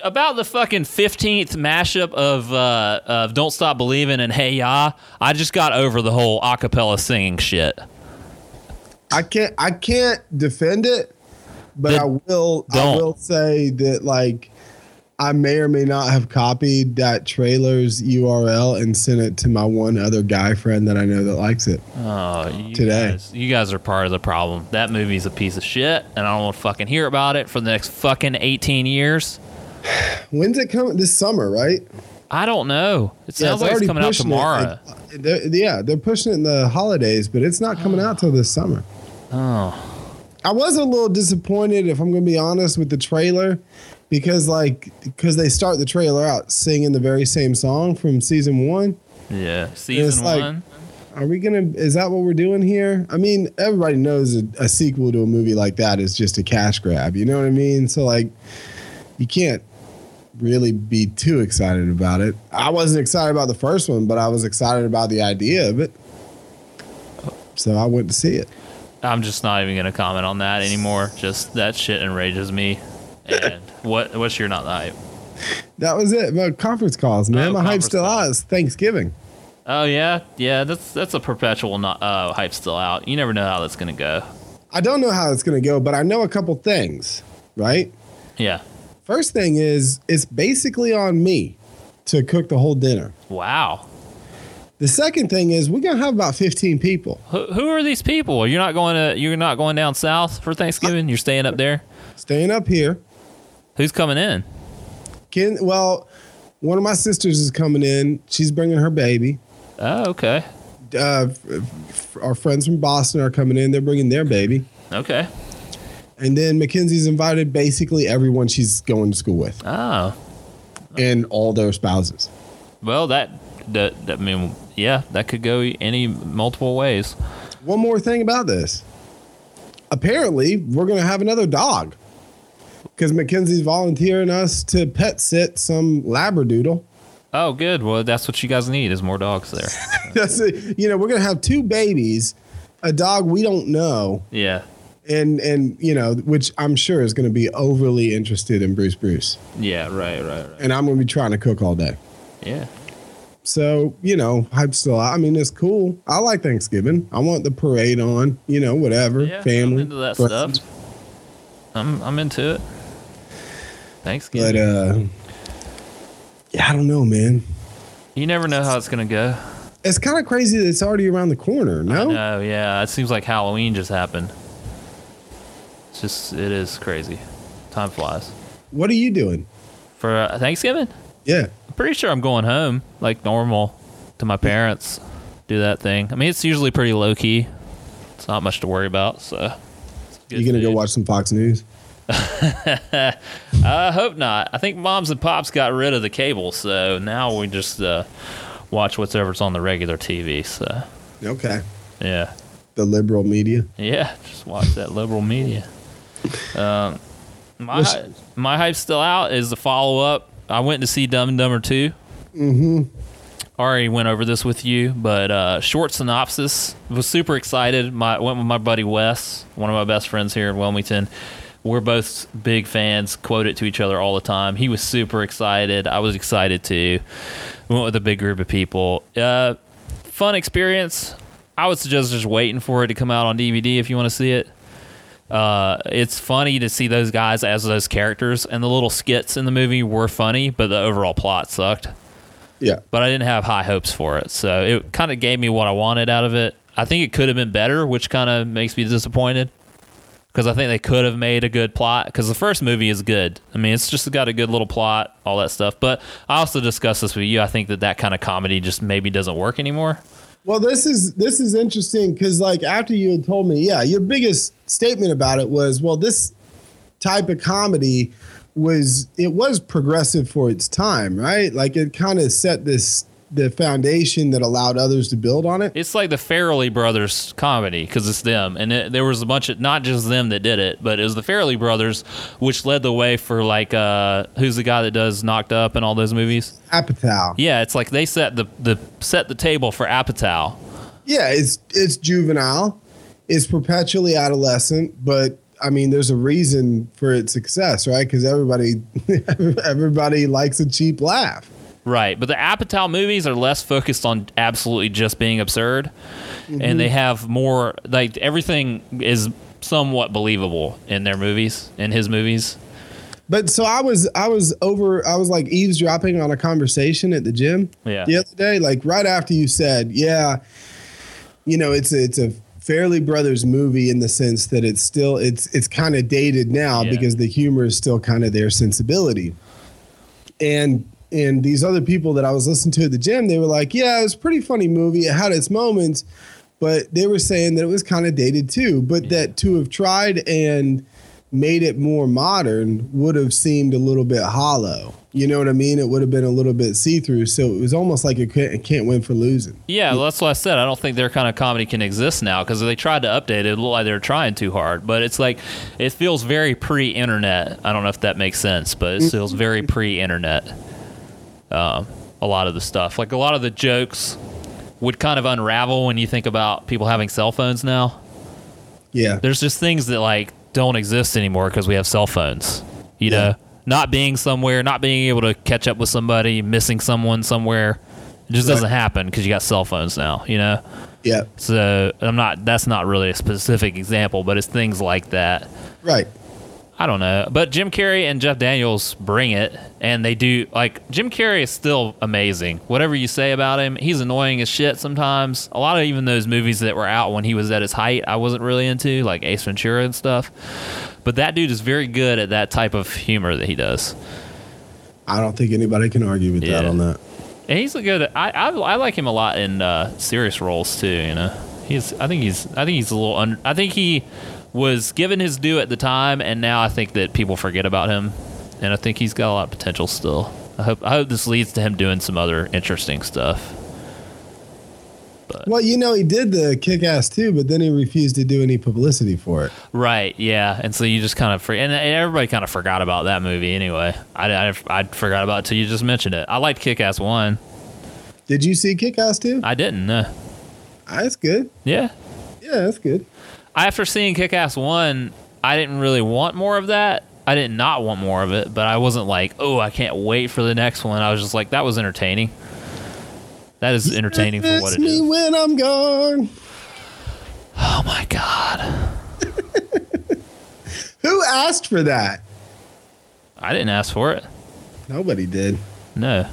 [SPEAKER 1] about the fucking fifteenth mashup of uh, of "Don't Stop Believing" and "Hey Ya," I just got over the whole acapella singing shit.
[SPEAKER 2] I can't. I can't defend it, but
[SPEAKER 1] Then
[SPEAKER 2] I will. I
[SPEAKER 1] don't.
[SPEAKER 2] will say that like. I may or may not have copied that trailer's URL and sent it to my one other guy friend that I know that likes it.
[SPEAKER 1] Oh, you
[SPEAKER 2] Today.
[SPEAKER 1] guys, you guys are part of the problem. That movie's a piece of shit, and I don't want to fucking hear about it for the next fucking eighteen years.
[SPEAKER 2] When's it coming? This summer, right?
[SPEAKER 1] I don't know. It
[SPEAKER 2] Yeah,
[SPEAKER 1] sounds
[SPEAKER 2] they're
[SPEAKER 1] like
[SPEAKER 2] already
[SPEAKER 1] it's coming out
[SPEAKER 2] pushing it.
[SPEAKER 1] tomorrow.
[SPEAKER 2] It- they're- yeah, they're pushing it in the holidays, but it's not coming out till this summer.
[SPEAKER 1] Oh,
[SPEAKER 2] I was a little disappointed, if I'm going to be honest, with the trailer because, like, because they start the trailer out singing the very same song from season one.
[SPEAKER 1] yeah. Season
[SPEAKER 2] like-
[SPEAKER 1] one.
[SPEAKER 2] Are we going to, is that what we're doing here? I mean, everybody knows a, a sequel to a movie like that is just a cash grab. You know what I mean? So, like, you can't really be too excited about it. I wasn't excited about the first one, but I was excited about the idea of it. So I went to see it.
[SPEAKER 1] I'm just not even gonna comment on that anymore. Just that shit enrages me. And what what's your not the hype?
[SPEAKER 2] That was it. My conference calls, man.
[SPEAKER 1] Oh,
[SPEAKER 2] My hype's
[SPEAKER 1] conference
[SPEAKER 2] still
[SPEAKER 1] calls.
[SPEAKER 2] out. It's Thanksgiving.
[SPEAKER 1] Oh yeah, yeah. That's that's a perpetual not uh, hype still out. You never know how that's gonna go.
[SPEAKER 2] I don't know how it's going to go, but I know a couple things, right?
[SPEAKER 1] Yeah.
[SPEAKER 2] First thing is, it's basically on me to cook the whole dinner.
[SPEAKER 1] Wow.
[SPEAKER 2] The second thing is, we're going to have about 15 people.
[SPEAKER 1] Who, who are these people? You're not going to you're not going down south for Thanksgiving. You're staying up there.
[SPEAKER 2] Staying up here.
[SPEAKER 1] Who's coming in?
[SPEAKER 2] Ken, well, one of my sisters is coming in. She's bringing her baby.
[SPEAKER 1] Oh, okay.
[SPEAKER 2] Uh, f- f- our friends from Boston are coming in. They're bringing their baby.
[SPEAKER 1] Okay.
[SPEAKER 2] And then Mackenzie's invited basically everyone she's going to school with
[SPEAKER 1] Oh.
[SPEAKER 2] and all their spouses.
[SPEAKER 1] Well, that, that, that- I mean, yeah, that could go any multiple ways.
[SPEAKER 2] One more thing about this. Apparently, we're going to have another dog because Mackenzie's volunteering us to pet sit some Labradoodle.
[SPEAKER 1] Oh, good. Well, that's what you guys need is more dogs there.
[SPEAKER 2] That's it. You know, we're going to have two babies, a dog we don't know,
[SPEAKER 1] yeah.
[SPEAKER 2] and, and you know, which I'm sure is going to be overly interested in Bruce Bruce.
[SPEAKER 1] Yeah. Right. Right. Right.
[SPEAKER 2] And I'm going to be trying to cook all day.
[SPEAKER 1] Yeah.
[SPEAKER 2] So, you know, hype's still out. I mean, it's cool. I like Thanksgiving. I want the parade on, you know, whatever.
[SPEAKER 1] Yeah.
[SPEAKER 2] family.
[SPEAKER 1] I'm into that
[SPEAKER 2] friends.
[SPEAKER 1] stuff. I'm I'm into it.
[SPEAKER 2] But
[SPEAKER 1] Thanksgiving.
[SPEAKER 2] uh yeah, I don't know, man.
[SPEAKER 1] you never know how it's gonna go.
[SPEAKER 2] It's kind of crazy that it's already around the corner, no?
[SPEAKER 1] No. Yeah. It seems like Halloween just happened. It's just it is crazy. Time flies.
[SPEAKER 2] What are you doing?
[SPEAKER 1] For uh, Thanksgiving,
[SPEAKER 2] Yeah.
[SPEAKER 1] I'm pretty sure I'm going home like normal to my parents. Do that thing. I mean, it's usually pretty low key. It's not much to worry about. So. it's good
[SPEAKER 2] you gonna go
[SPEAKER 1] food.
[SPEAKER 2] watch some Fox News?
[SPEAKER 1] I hope not. I think moms and pops got rid of the cable, so now we just uh, watch whatever's on the regular TV. So
[SPEAKER 2] Okay.
[SPEAKER 1] yeah,
[SPEAKER 2] The liberal media.
[SPEAKER 1] yeah, just watch that liberal media. Um, my
[SPEAKER 2] Listen-
[SPEAKER 1] hy- my hype's still out. Is the follow up? I went to see Dumb and Dumber two. Mm-hmm. Already went over this with you, but uh, short synopsis. Was super excited. My went with my buddy Wes, one of my best friends here in Wilmington. We're both big fans. Quote it to each other all the time. He was super excited. I was excited too. We went with a big group of people. Uh, fun experience. I would suggest just waiting for it to come out on DVD if you want to see it. Uh, it's funny to see those guys as those characters, and the little skits in the movie were funny, but the overall plot sucked.
[SPEAKER 2] Yeah.
[SPEAKER 1] But I didn't have high hopes for it, so it kind of gave me what I wanted out of it. I think it could have been better, which kind of makes me disappointed because I think they could have made a good plot. Because the first movie is good. I mean, it's just got a good little plot, all that stuff. But I also discussed this with you. I think that that kind of comedy just maybe doesn't work anymore.
[SPEAKER 2] Well, this is this is interesting because like after you had told me, yeah, your biggest statement about it was, well, this type of comedy was it was progressive for its time, right? Like it kind of set this the foundation that allowed others to build on it.
[SPEAKER 1] It's like the Farrelly brothers comedy because it's them, and it, there was a bunch of not just them that did it, but it was the Farrelly brothers which led the way for like uh, who's the guy that does Knocked Up and all those movies.
[SPEAKER 2] Apatow.
[SPEAKER 1] Yeah, it's like they set the the set the table for Apatow.
[SPEAKER 2] Yeah, it's it's juvenile, it's perpetually adolescent, but I mean, there's a reason for its success, right? Because everybody everybody likes a cheap laugh.
[SPEAKER 1] Right, but the Apatow movies are less focused on absolutely just being absurd, and they have more like everything is somewhat believable in their movies, in his movies.
[SPEAKER 2] But so I was I was over I was like eavesdropping on a conversation at the gym
[SPEAKER 1] Yeah.
[SPEAKER 2] the other day, like right after you said, yeah, you know, it's a, it's a Fairly Brothers movie in the sense that it's still it's it's kind of dated now
[SPEAKER 1] Yeah.
[SPEAKER 2] because the humor is still kind of their sensibility. And and these other people that I was listening to at the gym, they were like, yeah, it was a pretty funny movie. It had its moments, but they were saying that it was kind of dated too. But that to have tried and made it more modern would have seemed a little bit hollow. You know what I mean? It would have been a little bit see through. So it was almost like it can't, it can't win for losing.
[SPEAKER 1] Yeah, well, that's what I said. I don't think their kind of comedy can exist now because they tried to update it. It looked like they were trying too hard, but it's like it feels very pre-internet. I don't know if that makes sense, but it feels very pre-internet. Um, a lot of the stuff, like a lot of the jokes, would kind of unravel when you think about people having cell phones now.
[SPEAKER 2] Yeah.
[SPEAKER 1] There's just things that like don't exist anymore because we have cell phones. You
[SPEAKER 2] Yeah.
[SPEAKER 1] know, not being somewhere, not being able to catch up with somebody, missing someone somewhere. It just
[SPEAKER 2] Right.
[SPEAKER 1] doesn't happen because you got cell phones now. You know.
[SPEAKER 2] Yeah.
[SPEAKER 1] So I'm not. That's not really a specific example, but it's things like that.
[SPEAKER 2] Right.
[SPEAKER 1] I don't know. But Jim Carrey and Jeff Daniels bring it, and they do. Like Jim Carrey is still amazing. Whatever you say about him, he's annoying as shit sometimes. A lot of even those movies that were out when he was at his height, I wasn't really into, like Ace Ventura and stuff. But that dude is very good at that type of humor that he does.
[SPEAKER 2] I don't think anybody can argue with that
[SPEAKER 1] Yeah.
[SPEAKER 2] on that.
[SPEAKER 1] And he's a good. I, I I like him a lot in uh, serious roles too. You know, he's. I think he's. I think he's a little. Under, I think he was given his due at the time, and now I think that people forget about him, and I think he's got a lot of potential still. I hope. I hope this leads to him doing some other interesting stuff.
[SPEAKER 2] Well, you know, he did the kick ass too, but then he refused to do any publicity for it.
[SPEAKER 1] Right. Yeah. And so you just kind of for, and, and everybody kind of forgot about that movie anyway. I, I, I forgot about it till you just mentioned it. I liked Kick Ass One.
[SPEAKER 2] Did you see kick ass too? Ah,
[SPEAKER 1] I didn't. Uh,
[SPEAKER 2] That's good.
[SPEAKER 1] yeah.
[SPEAKER 2] Yeah, that's good.
[SPEAKER 1] after seeing Kick Ass One, I didn't really want more of that. I did not want more of it, but I wasn't like, oh, I can't wait for the next one. I was just like, that was entertaining. That is entertaining for what
[SPEAKER 2] Miss
[SPEAKER 1] it
[SPEAKER 2] me
[SPEAKER 1] is.
[SPEAKER 2] when I'm gone.
[SPEAKER 1] Oh my god,
[SPEAKER 2] Who asked for that?
[SPEAKER 1] I didn't ask for it.
[SPEAKER 2] Nobody did.
[SPEAKER 1] No,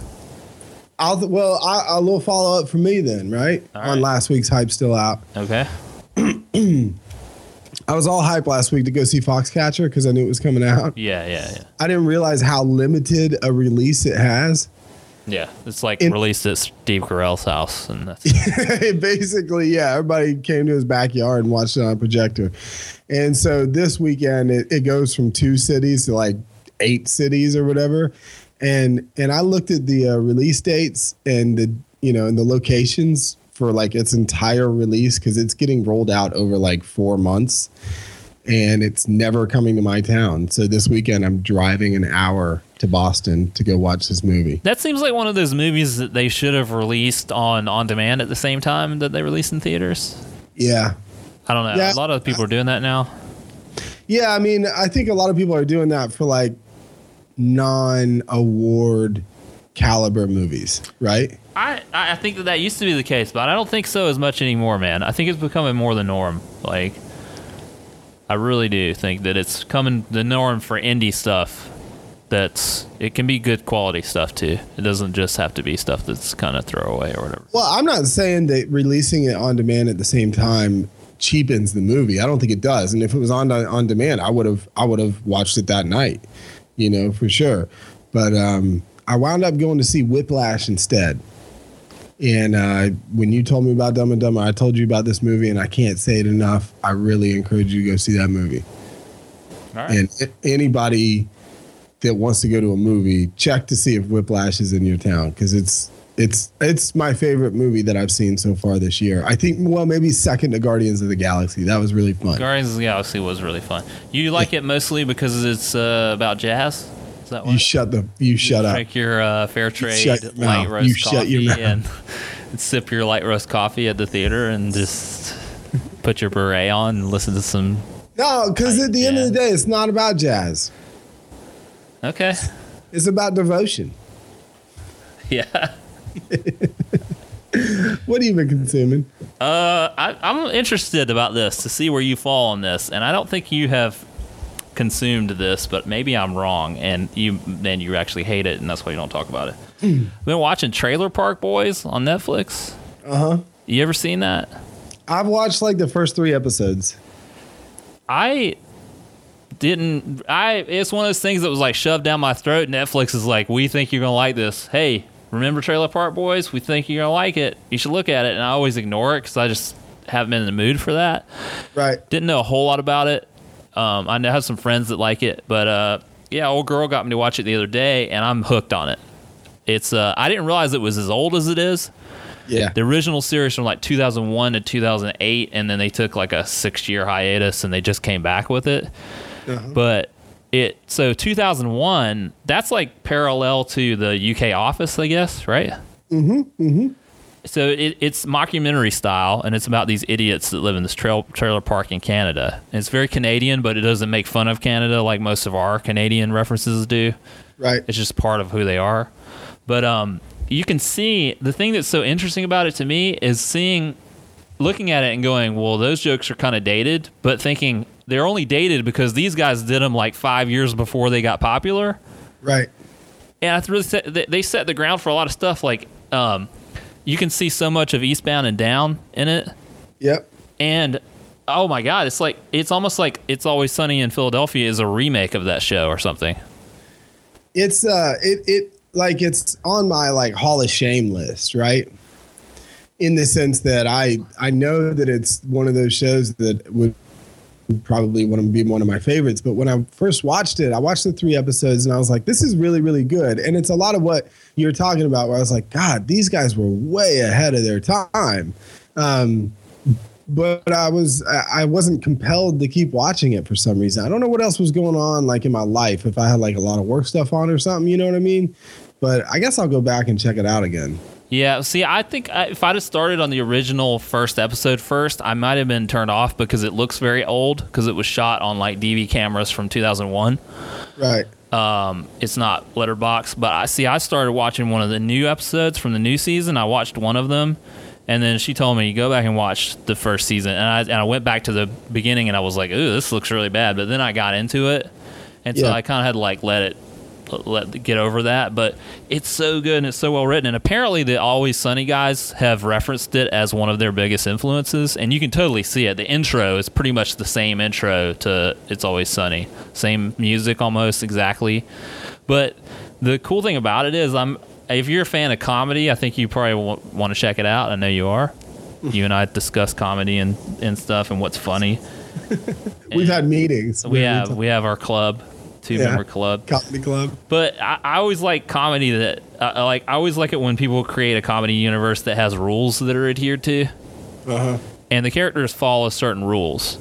[SPEAKER 2] I'll well, I, a little follow up for me then, right?
[SPEAKER 1] All
[SPEAKER 2] On
[SPEAKER 1] right.
[SPEAKER 2] last week's hype still out.
[SPEAKER 1] okay,
[SPEAKER 2] I was all hype last week to go see Foxcatcher because I knew it was coming out.
[SPEAKER 1] yeah, yeah, yeah,
[SPEAKER 2] I didn't realize how limited a release it has.
[SPEAKER 1] yeah. It's like
[SPEAKER 2] In-
[SPEAKER 1] released at Steve Carell's house, and that's
[SPEAKER 2] Basically, yeah, everybody came to his backyard and watched it on a projector. And so this weekend it, it goes from two cities to like eight cities or whatever. And and I looked at the uh, release dates and the you know and the locations for like its entire release because it's getting rolled out over like four months, and it's never coming to my town. So this weekend I'm driving an hour to Boston to go watch this movie.
[SPEAKER 1] that seems like one of those movies that they should have released on on demand at the same time that they released in theaters.
[SPEAKER 2] Yeah,
[SPEAKER 1] I don't know.
[SPEAKER 2] Yeah.
[SPEAKER 1] A lot of people are doing that now.
[SPEAKER 2] Yeah, I mean, I think a lot of people are doing that for like non-award caliber movies, right?
[SPEAKER 1] I, I I think that that used to be the case, but I don't think so as much anymore, man. I think it's becoming more the norm. Like, I really do think that it's coming the norm for indie stuff. That's it can be good quality stuff too. It doesn't just have to be stuff that's kind of throwaway or whatever.
[SPEAKER 2] Well, I'm not saying that releasing it on demand at the same time cheapens the movie. I don't think it does. And if it was on on demand, I would have I would have watched it that night, you know, for sure. But um, I wound up going to see Whiplash instead. And uh, when you told me about Dumb and Dumber, I told you about this movie, and I can't say it enough. I really encourage you to go see that movie.
[SPEAKER 1] All right.
[SPEAKER 2] And a- anybody that wants to go to a movie, check to see if Whiplash is in your town because it's it's it's my favorite movie that I've seen so far this year. I think well maybe second to Guardians of the Galaxy. That was really fun.
[SPEAKER 1] Guardians of the Galaxy was really fun. You like it mostly because it's uh, about jazz. Is that
[SPEAKER 2] you
[SPEAKER 1] why?
[SPEAKER 2] shut the you shut up.
[SPEAKER 1] Drink your uh, fair trade
[SPEAKER 2] shut your
[SPEAKER 1] light
[SPEAKER 2] mouth.
[SPEAKER 1] roast
[SPEAKER 2] You
[SPEAKER 1] coffee
[SPEAKER 2] shut your mouth.
[SPEAKER 1] and, and sip your light roast coffee at the theater and just put your beret on and listen to some.
[SPEAKER 2] No, because
[SPEAKER 1] I-
[SPEAKER 2] at the end of the
[SPEAKER 1] yeah.
[SPEAKER 2] day, it's not about jazz.
[SPEAKER 1] Okay.
[SPEAKER 2] It's about devotion.
[SPEAKER 1] Yeah.
[SPEAKER 2] What have you been consuming?
[SPEAKER 1] Uh, I, I'm interested about this to see where you fall on this, and I don't think you have consumed this, but maybe I'm wrong, and you then you actually hate it, and that's why you don't talk about it. I've been watching Trailer Park Boys on Netflix.
[SPEAKER 2] Uh huh.
[SPEAKER 1] You ever seen that?
[SPEAKER 2] I've watched like the first three episodes.
[SPEAKER 1] I didn't I it's one of those things that was like shoved down my throat. Netflix is like, We think you're gonna like this. Hey, remember Trailer Park Boys? We think you're gonna like it. You should look at it and I always ignore it because I just haven't been in the mood for that.
[SPEAKER 2] Right.
[SPEAKER 1] Didn't know a whole lot about it. Um, I know have some friends that like it, but uh, yeah, old girl got me to watch it the other day, and I'm hooked on it. It's uh, I didn't realize it was as old as it is.
[SPEAKER 2] Yeah.
[SPEAKER 1] The original series from like 2001 to 2008, and then they took like a six year hiatus, and they just came back with it. But it so 2001, that's like parallel to the UK Office, I guess, right? so it, it's mockumentary style, and it's about these idiots that live in this trail, trailer park in Canada. And it's very Canadian, but it doesn't make fun of Canada like most of our Canadian references do.
[SPEAKER 2] Right.
[SPEAKER 1] It's just part of who they are. But um, you can see the thing that's so interesting about it to me is seeing, looking at it and going, well, those jokes are kind of dated, but thinking they're only dated because these guys did them like five years before they got popular
[SPEAKER 2] Right.
[SPEAKER 1] and I th- really set, they- they set the ground for a lot of stuff. Like, um, you can see so much of Eastbound and Down in it,
[SPEAKER 2] Yep.
[SPEAKER 1] and oh my god, it's like it's almost like It's Always Sunny in Philadelphia is a remake of that show or something.
[SPEAKER 2] it's uh it it like it's on my like hall of shame list right in the sense that i i know that it's one of those shows that would probably want to be one of my favorites but when i first watched it i watched the three episodes and i was like this is really really good and it's a lot of what you're talking about where i was like god these guys were way ahead of their time um but I was I wasn't compelled to keep watching it for some reason. I don't know what else was going on like in my life if I had like a lot of work stuff on or something, you know what I mean? But I guess I'll go back and check it out again.
[SPEAKER 1] Yeah, see, I think I, if I'd have started on the original first episode first, I might have been turned off because it looks very old because it was shot on like DV cameras from 2001.
[SPEAKER 2] Right.
[SPEAKER 1] Um, it's not letterbox, but I see. I started watching one of the new episodes from the new season. I watched one of them, and then she told me, "Go back and watch the first season." And I and I went back to the beginning, and I was like, "Ooh, this looks really bad." But then I got into it, and so
[SPEAKER 2] Yeah.
[SPEAKER 1] I kind of had to like let it let get over that. But it's so good and it's so well written. And apparently, the Always Sunny guys have referenced it as one of their biggest influences, and you can totally see it. The intro is pretty much the same intro to It's Always Sunny, same music almost exactly. But the cool thing about it is, I'm if you're a fan of comedy, I think you probably w- want to check it out. I know you are. You and I discuss comedy and, and stuff and what's funny.
[SPEAKER 2] We've had meetings.
[SPEAKER 1] We have we have our club, two member
[SPEAKER 2] Yeah.
[SPEAKER 1] club.
[SPEAKER 2] comedy club.
[SPEAKER 1] But I, I always like comedy that I I like. I always like it when people create a comedy universe that has rules that are adhered to,
[SPEAKER 2] Uh-huh.
[SPEAKER 1] and the characters follow certain rules.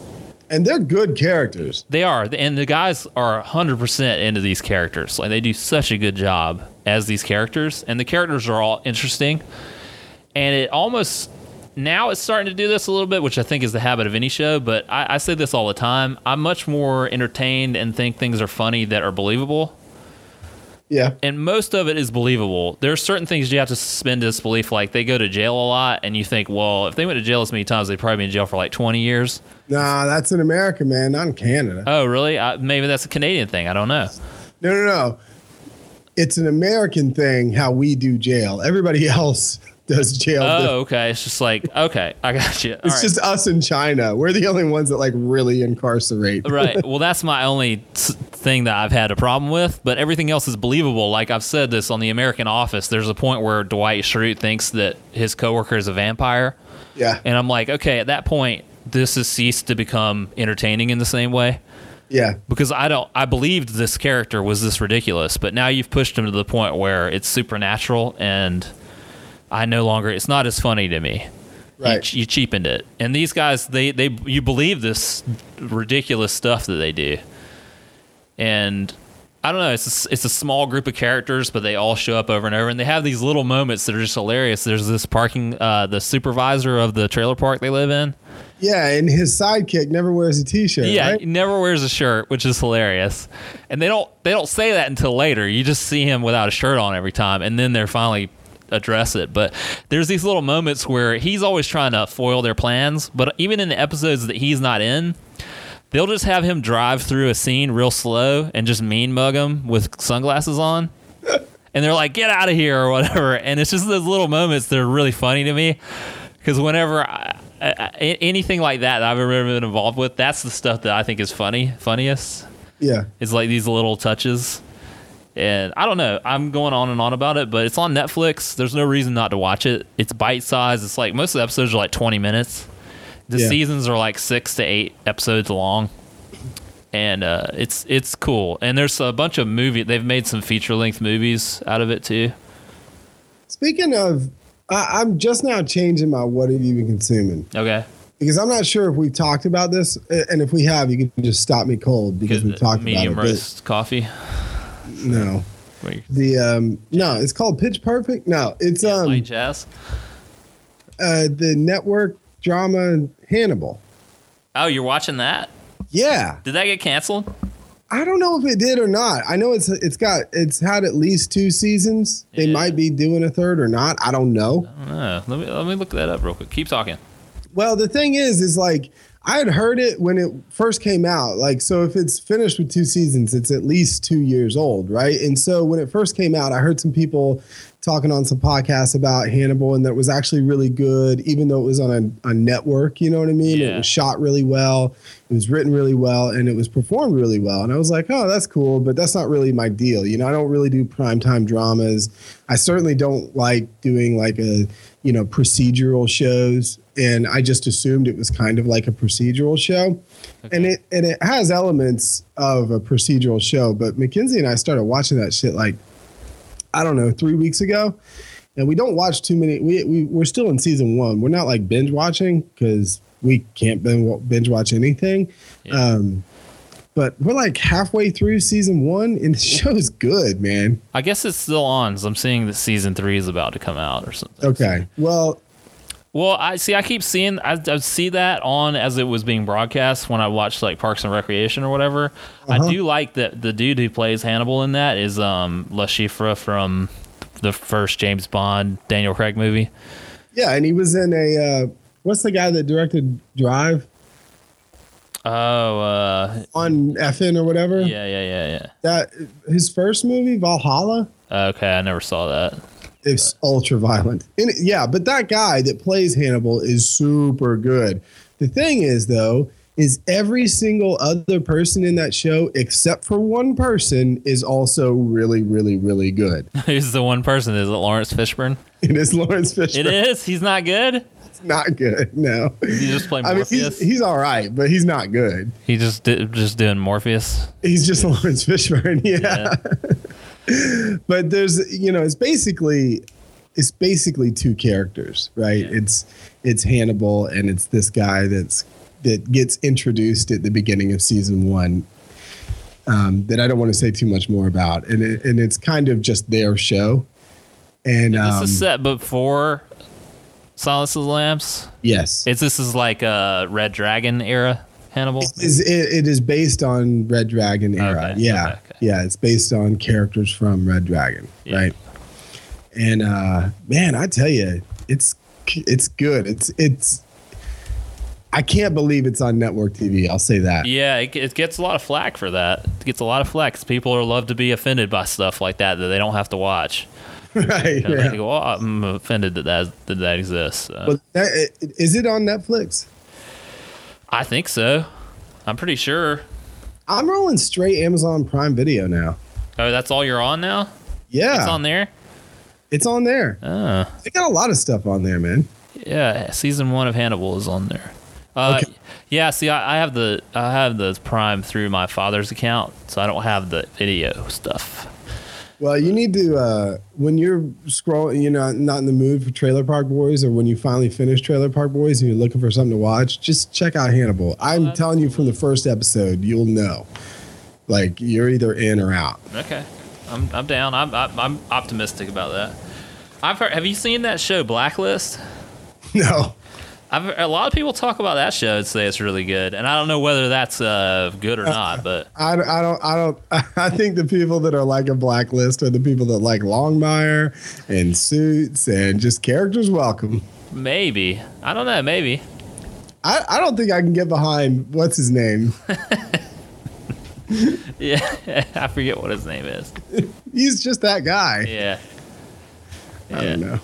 [SPEAKER 2] And they're good characters.
[SPEAKER 1] They are, and the guys are 100% into these characters. Like they do such a good job as these characters, and the characters are all interesting. And it almost now it's starting to do this a little bit, which I think is the habit of any show. But I, I say this all the time: I'm much more entertained and think things are funny that are believable
[SPEAKER 2] Yeah.
[SPEAKER 1] and most of it is believable. There are certain things you have to suspend disbelief, like they go to jail a lot, and you think, well, if they went to jail as many times, they'd probably be in jail for like 20 years.
[SPEAKER 2] Nah, that's in America, man, not in Canada.
[SPEAKER 1] Oh, really? I, maybe that's a Canadian thing. I don't know.
[SPEAKER 2] No, no, no. It's an American thing how we do jail. Everybody else does jail.
[SPEAKER 1] Oh, okay. It's just like, okay, I got you. All
[SPEAKER 2] it's
[SPEAKER 1] right.
[SPEAKER 2] just us in China. We're the only ones that like really incarcerate.
[SPEAKER 1] right. Well, that's my only s- thing that I've had a problem with, but everything else is believable. Like I've said this on The American Office, there's a point where Dwight Schrute thinks that his coworker is a vampire.
[SPEAKER 2] Yeah.
[SPEAKER 1] And I'm like, okay, at that point, this has ceased to become entertaining in the same way.
[SPEAKER 2] Yeah.
[SPEAKER 1] because I don't I believed this character was this ridiculous, but now you've pushed him to the point where it's supernatural and I no longer it's not as funny to me. You,
[SPEAKER 2] Right.
[SPEAKER 1] ch- you cheapened it. And these guys they they you believe this ridiculous stuff that they do. And I don't know, it's a, s- it's a small group of characters, but they all show up over and over and they have these little moments that are just hilarious. There's this parking uh, the supervisor of the trailer park they live in.
[SPEAKER 2] Yeah, and his sidekick never wears a t-shirt.
[SPEAKER 1] Yeah,
[SPEAKER 2] right?
[SPEAKER 1] he never wears a shirt, which is hilarious. And they don't they don't say that until later. You just see him without a shirt on every time, and then they're finally address it. But there's these little moments where he's always trying to foil their plans. But even in the episodes that he's not in, they'll just have him drive through a scene real slow and just mean mug him with sunglasses on. And they're like, "Get out of here" or whatever. And it's just those little moments that are really funny to me because whenever I, I, I- anything like that, that I've ever been involved with, that's the stuff that I think is funny, funniest.
[SPEAKER 2] Yeah.
[SPEAKER 1] It's like these little touches, and I don't know. I'm going on and on about it, but it's on Netflix. There's no reason not to watch it. It's bite sized. It's like most of the episodes are like 20 minutes. The
[SPEAKER 2] Yeah.
[SPEAKER 1] seasons are like six to eight episodes long. And uh, it's it's cool, and there's a bunch of movie. They've made some feature length movies out of it too.
[SPEAKER 2] Speaking of, I, I'm just now changing my what have you been consuming
[SPEAKER 1] Okay,
[SPEAKER 2] because I'm not sure if we've talked about this, uh, and if we have, you can just stop me cold because we talked about it.
[SPEAKER 1] medium
[SPEAKER 2] but
[SPEAKER 1] roast coffee.
[SPEAKER 2] No,
[SPEAKER 1] Wait,
[SPEAKER 2] the um, no, it's called Pitch Perfect. No, it's um,
[SPEAKER 1] light jazz.
[SPEAKER 2] uh, the network drama Hannibal.
[SPEAKER 1] Oh, you're watching that?
[SPEAKER 2] Yeah,
[SPEAKER 1] Did that get canceled?
[SPEAKER 2] I don't know if it did or not. I know it's it's got it's had at least two seasons. They
[SPEAKER 1] Yeah. Uh,
[SPEAKER 2] might be doing a third or not. I don't know.
[SPEAKER 1] I don't know. Let me let me look that up real quick. Keep talking.
[SPEAKER 2] Well, the thing is, is like I had heard it when it first came out. Like, so if it's finished with two seasons, it's at least two years old, right? And so when it first came out, I heard some people talking on some podcasts about Hannibal, and that was actually really good, even though it was on a, a network. You know what I mean? It
[SPEAKER 1] Yeah.
[SPEAKER 2] was shot really well, it was written really well, and it was performed really well. And I was like, oh, that's cool, but that's not really my deal. You know, I don't really do primetime dramas. I certainly don't like doing like a you know procedural shows. And I just assumed it was kind of like a procedural show and it and it has elements of a procedural show. But Mackenzie and I started watching that shit like I don't know three weeks ago, and we don't watch too many. We we we're still in season one. We're not like binge watching because we can't bin- binge watch anything.
[SPEAKER 1] Yeah.
[SPEAKER 2] Um, but we're like halfway through season one, and the show's good, man.
[SPEAKER 1] I guess it's still on. So I'm seeing that season three is about to come out or something.
[SPEAKER 2] Okay, well,
[SPEAKER 1] Well, I see. I keep seeing. I, I see that on as it was being broadcast when I watched like Parks and Recreation or whatever. I do like that the dude who plays Hannibal in that is um La Chifra from the first James Bond Daniel Craig movie.
[SPEAKER 2] yeah, and he was in a uh, what's the guy that directed Drive
[SPEAKER 1] Oh, uh,
[SPEAKER 2] on FN or whatever?
[SPEAKER 1] yeah, yeah, yeah,
[SPEAKER 2] That his first movie Valhalla.
[SPEAKER 1] yeah. Okay, I never saw that.
[SPEAKER 2] It's ultra violent. And yeah, but that guy that plays Hannibal is super good. The thing is, though, is every single other person in that show, except for one person, is also really, really, really good.
[SPEAKER 1] Who's the one person? Is it Lawrence Fishburne?
[SPEAKER 2] It is Lawrence Fishburne.
[SPEAKER 1] It is. He's not good.
[SPEAKER 2] Not good. No.
[SPEAKER 1] He just played
[SPEAKER 2] I mean,
[SPEAKER 1] Morpheus.
[SPEAKER 2] he's, he's all right, but he's not good.
[SPEAKER 1] he just did, just doing Morpheus.
[SPEAKER 2] He's just Lawrence Fishburne. yeah.
[SPEAKER 1] Yeah.
[SPEAKER 2] but there's you know it's basically it's basically two characters right
[SPEAKER 1] Yeah.
[SPEAKER 2] it's it's hannibal and it's this guy that's that gets introduced at the beginning of season one um, that i don't want to say too much more about and it, and it's kind of just their show and um,
[SPEAKER 1] this is set before Silence of the Lambs.
[SPEAKER 2] yes
[SPEAKER 1] Is this is like a Red Dragon era Hannibal?
[SPEAKER 2] is it, it is based on Red Dragon era.
[SPEAKER 1] Okay,
[SPEAKER 2] yeah.
[SPEAKER 1] okay, okay.
[SPEAKER 2] Yeah, it's based on characters from Red Dragon,
[SPEAKER 1] Yeah.
[SPEAKER 2] right? And uh man, I tell you, it's it's good. It's it's I can't believe it's on network TV. I'll say that.
[SPEAKER 1] Yeah, it, it gets a lot of flack for that. It gets a lot of flack. 'cause People are love to be offended by stuff like that that they don't have to watch.
[SPEAKER 2] right.
[SPEAKER 1] And
[SPEAKER 2] yeah.
[SPEAKER 1] They go, oh, I'm offended that that, that, that exists. Uh, So,
[SPEAKER 2] But that, is it on Netflix?
[SPEAKER 1] I think so. I'm pretty sure.
[SPEAKER 2] I'm rolling straight Amazon Prime Video now.
[SPEAKER 1] Oh, that's all you're on now.
[SPEAKER 2] Yeah.
[SPEAKER 1] It's on there.
[SPEAKER 2] It's on there.
[SPEAKER 1] Oh,
[SPEAKER 2] They got a lot of stuff on there, man.
[SPEAKER 1] yeah. Season one of Hannibal is on there. Uh,
[SPEAKER 2] Okay.
[SPEAKER 1] Yeah. See, I, I have the I have the Prime through my father's account, so I don't have the video stuff.
[SPEAKER 2] Well, you need to uh, when you're scrolling, you're not not in the mood for Trailer Park Boys, or when you finally finish Trailer Park Boys and you're looking for something to watch, just check out Hannibal. I'm telling you from the first episode, you'll know. Like you're either in or out.
[SPEAKER 1] Okay, I'm, I'm down. I'm, I'm I'm optimistic about that. I've heard. Have you seen that show Blacklist?
[SPEAKER 2] No,
[SPEAKER 1] I've a lot of people talk about that show and say it's really good, and I don't know whether that's uh, good or not. But
[SPEAKER 2] I, I don't. I don't. I think the people that are like a blacklist are the people that like Longmire and suits and just characters welcome.
[SPEAKER 1] maybe I don't know. Maybe
[SPEAKER 2] I, I don't think I can get behind what's his name.
[SPEAKER 1] yeah. I forget what his name is.
[SPEAKER 2] He's just that guy.
[SPEAKER 1] Yeah.
[SPEAKER 2] I don't know.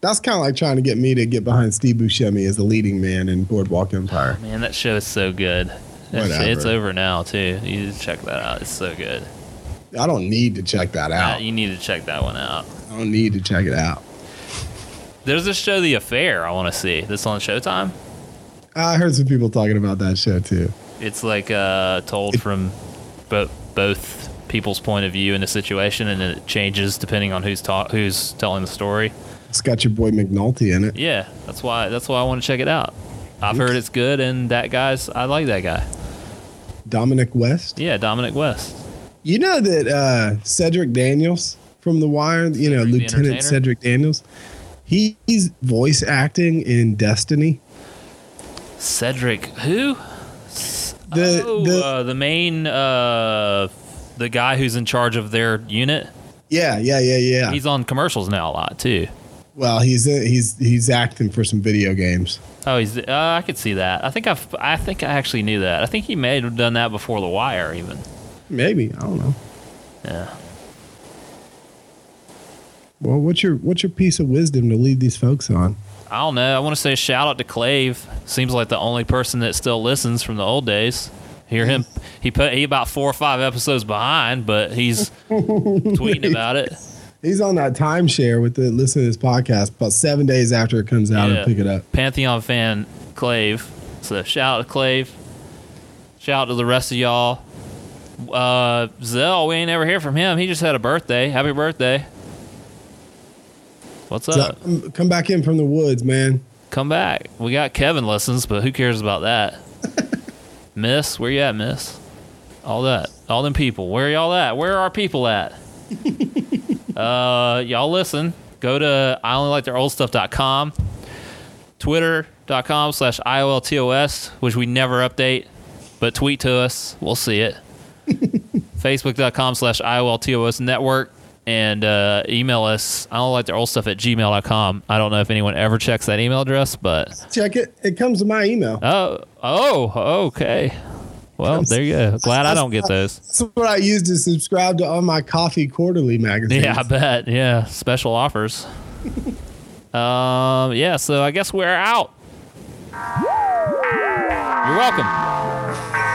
[SPEAKER 2] That's kind of like trying to get me to get behind Steve Buscemi as the leading man in Boardwalk Empire.
[SPEAKER 1] Man, that show is so good. That sh- It's
[SPEAKER 2] Whatever.
[SPEAKER 1] over now too. You need to check that out. It's so good.
[SPEAKER 2] I don't need to check that
[SPEAKER 1] Uh,
[SPEAKER 2] out.
[SPEAKER 1] you need to check that one out.
[SPEAKER 2] I don't need to check it out.
[SPEAKER 1] There's a show, The Affair. I want to see. This on Showtime.
[SPEAKER 2] I heard some people talking about that show too.
[SPEAKER 1] it's like uh, told from bo- both people's point of view in a situation, and it changes depending on who's ta- who's telling the story.
[SPEAKER 2] It's got your boy McNulty in it.
[SPEAKER 1] Yeah, that's why that's why I want to check it out. I've heard it's good, and that guy's I like that guy.
[SPEAKER 2] Dominic West.
[SPEAKER 1] Yeah, Dominic West.
[SPEAKER 2] You know that uh, Cedric Daniels from The Wire, you know,
[SPEAKER 1] Cedric the Entertainer?
[SPEAKER 2] Lieutenant Cedric Daniels, he, he's voice acting in Destiny.
[SPEAKER 1] Cedric, who? S-
[SPEAKER 2] The-
[SPEAKER 1] oh,
[SPEAKER 2] the-
[SPEAKER 1] uh, the main uh, the guy who's in charge of their unit.
[SPEAKER 2] Yeah, yeah, yeah, yeah.
[SPEAKER 1] He's on commercials now a lot too.
[SPEAKER 2] well, he's he's he's acting for some video games.
[SPEAKER 1] Oh, he's. Uh, I could see that. I think I. I think I actually knew that. I think he may have done that before The Wire, even.
[SPEAKER 2] Maybe I don't know.
[SPEAKER 1] Yeah.
[SPEAKER 2] Well, what's your what's your piece of wisdom to leave these folks on?
[SPEAKER 1] I don't know. I want to say a shout out to Clave. Seems like the only person that still listens from the old days. Hear him? He put he about four or five episodes behind, but he's tweeting about it.
[SPEAKER 2] He's on that timeshare with the listen to this podcast about seven days after it comes out
[SPEAKER 1] Yeah.
[SPEAKER 2] and pick it up.
[SPEAKER 1] Pantheon fan Clave. So shout out to Clave. Shout out to the rest of y'all. Uh, Zell, we ain't ever hear from him. He just had a birthday. Happy birthday. What's
[SPEAKER 2] So,
[SPEAKER 1] up?
[SPEAKER 2] um, come back in from the woods, man.
[SPEAKER 1] Come back. We got Kevin listens, but who cares about that? miss, where you at, Miss? All that. All them people. Where y'all at? Where are our people at? uh, y'all listen. Go to I only like their old stuff.com, twitter.com slash IOLTOS, which we never update, but tweet to us. We'll see it. Facebook.com slash IOLTOS network and uh, email us. I don't like their old stuff at gmail.com. I don't know if anyone ever checks that email address, but
[SPEAKER 2] Check it. It comes to my email.
[SPEAKER 1] oh, oh, okay. Well, there you go. Glad I don't get those.
[SPEAKER 2] That's what I use to subscribe to all my coffee quarterly magazines.
[SPEAKER 1] Yeah, I bet. Yeah, special offers. um, yeah, so I guess we're out. You're welcome.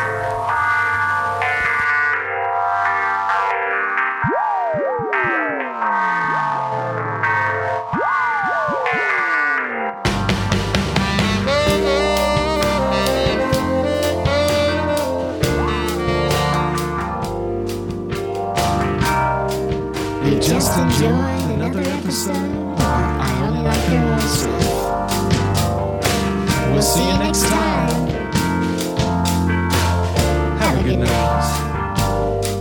[SPEAKER 3] You just enjoyed another episode. of I only like your old stuff. We'll see you next time. Have a good night.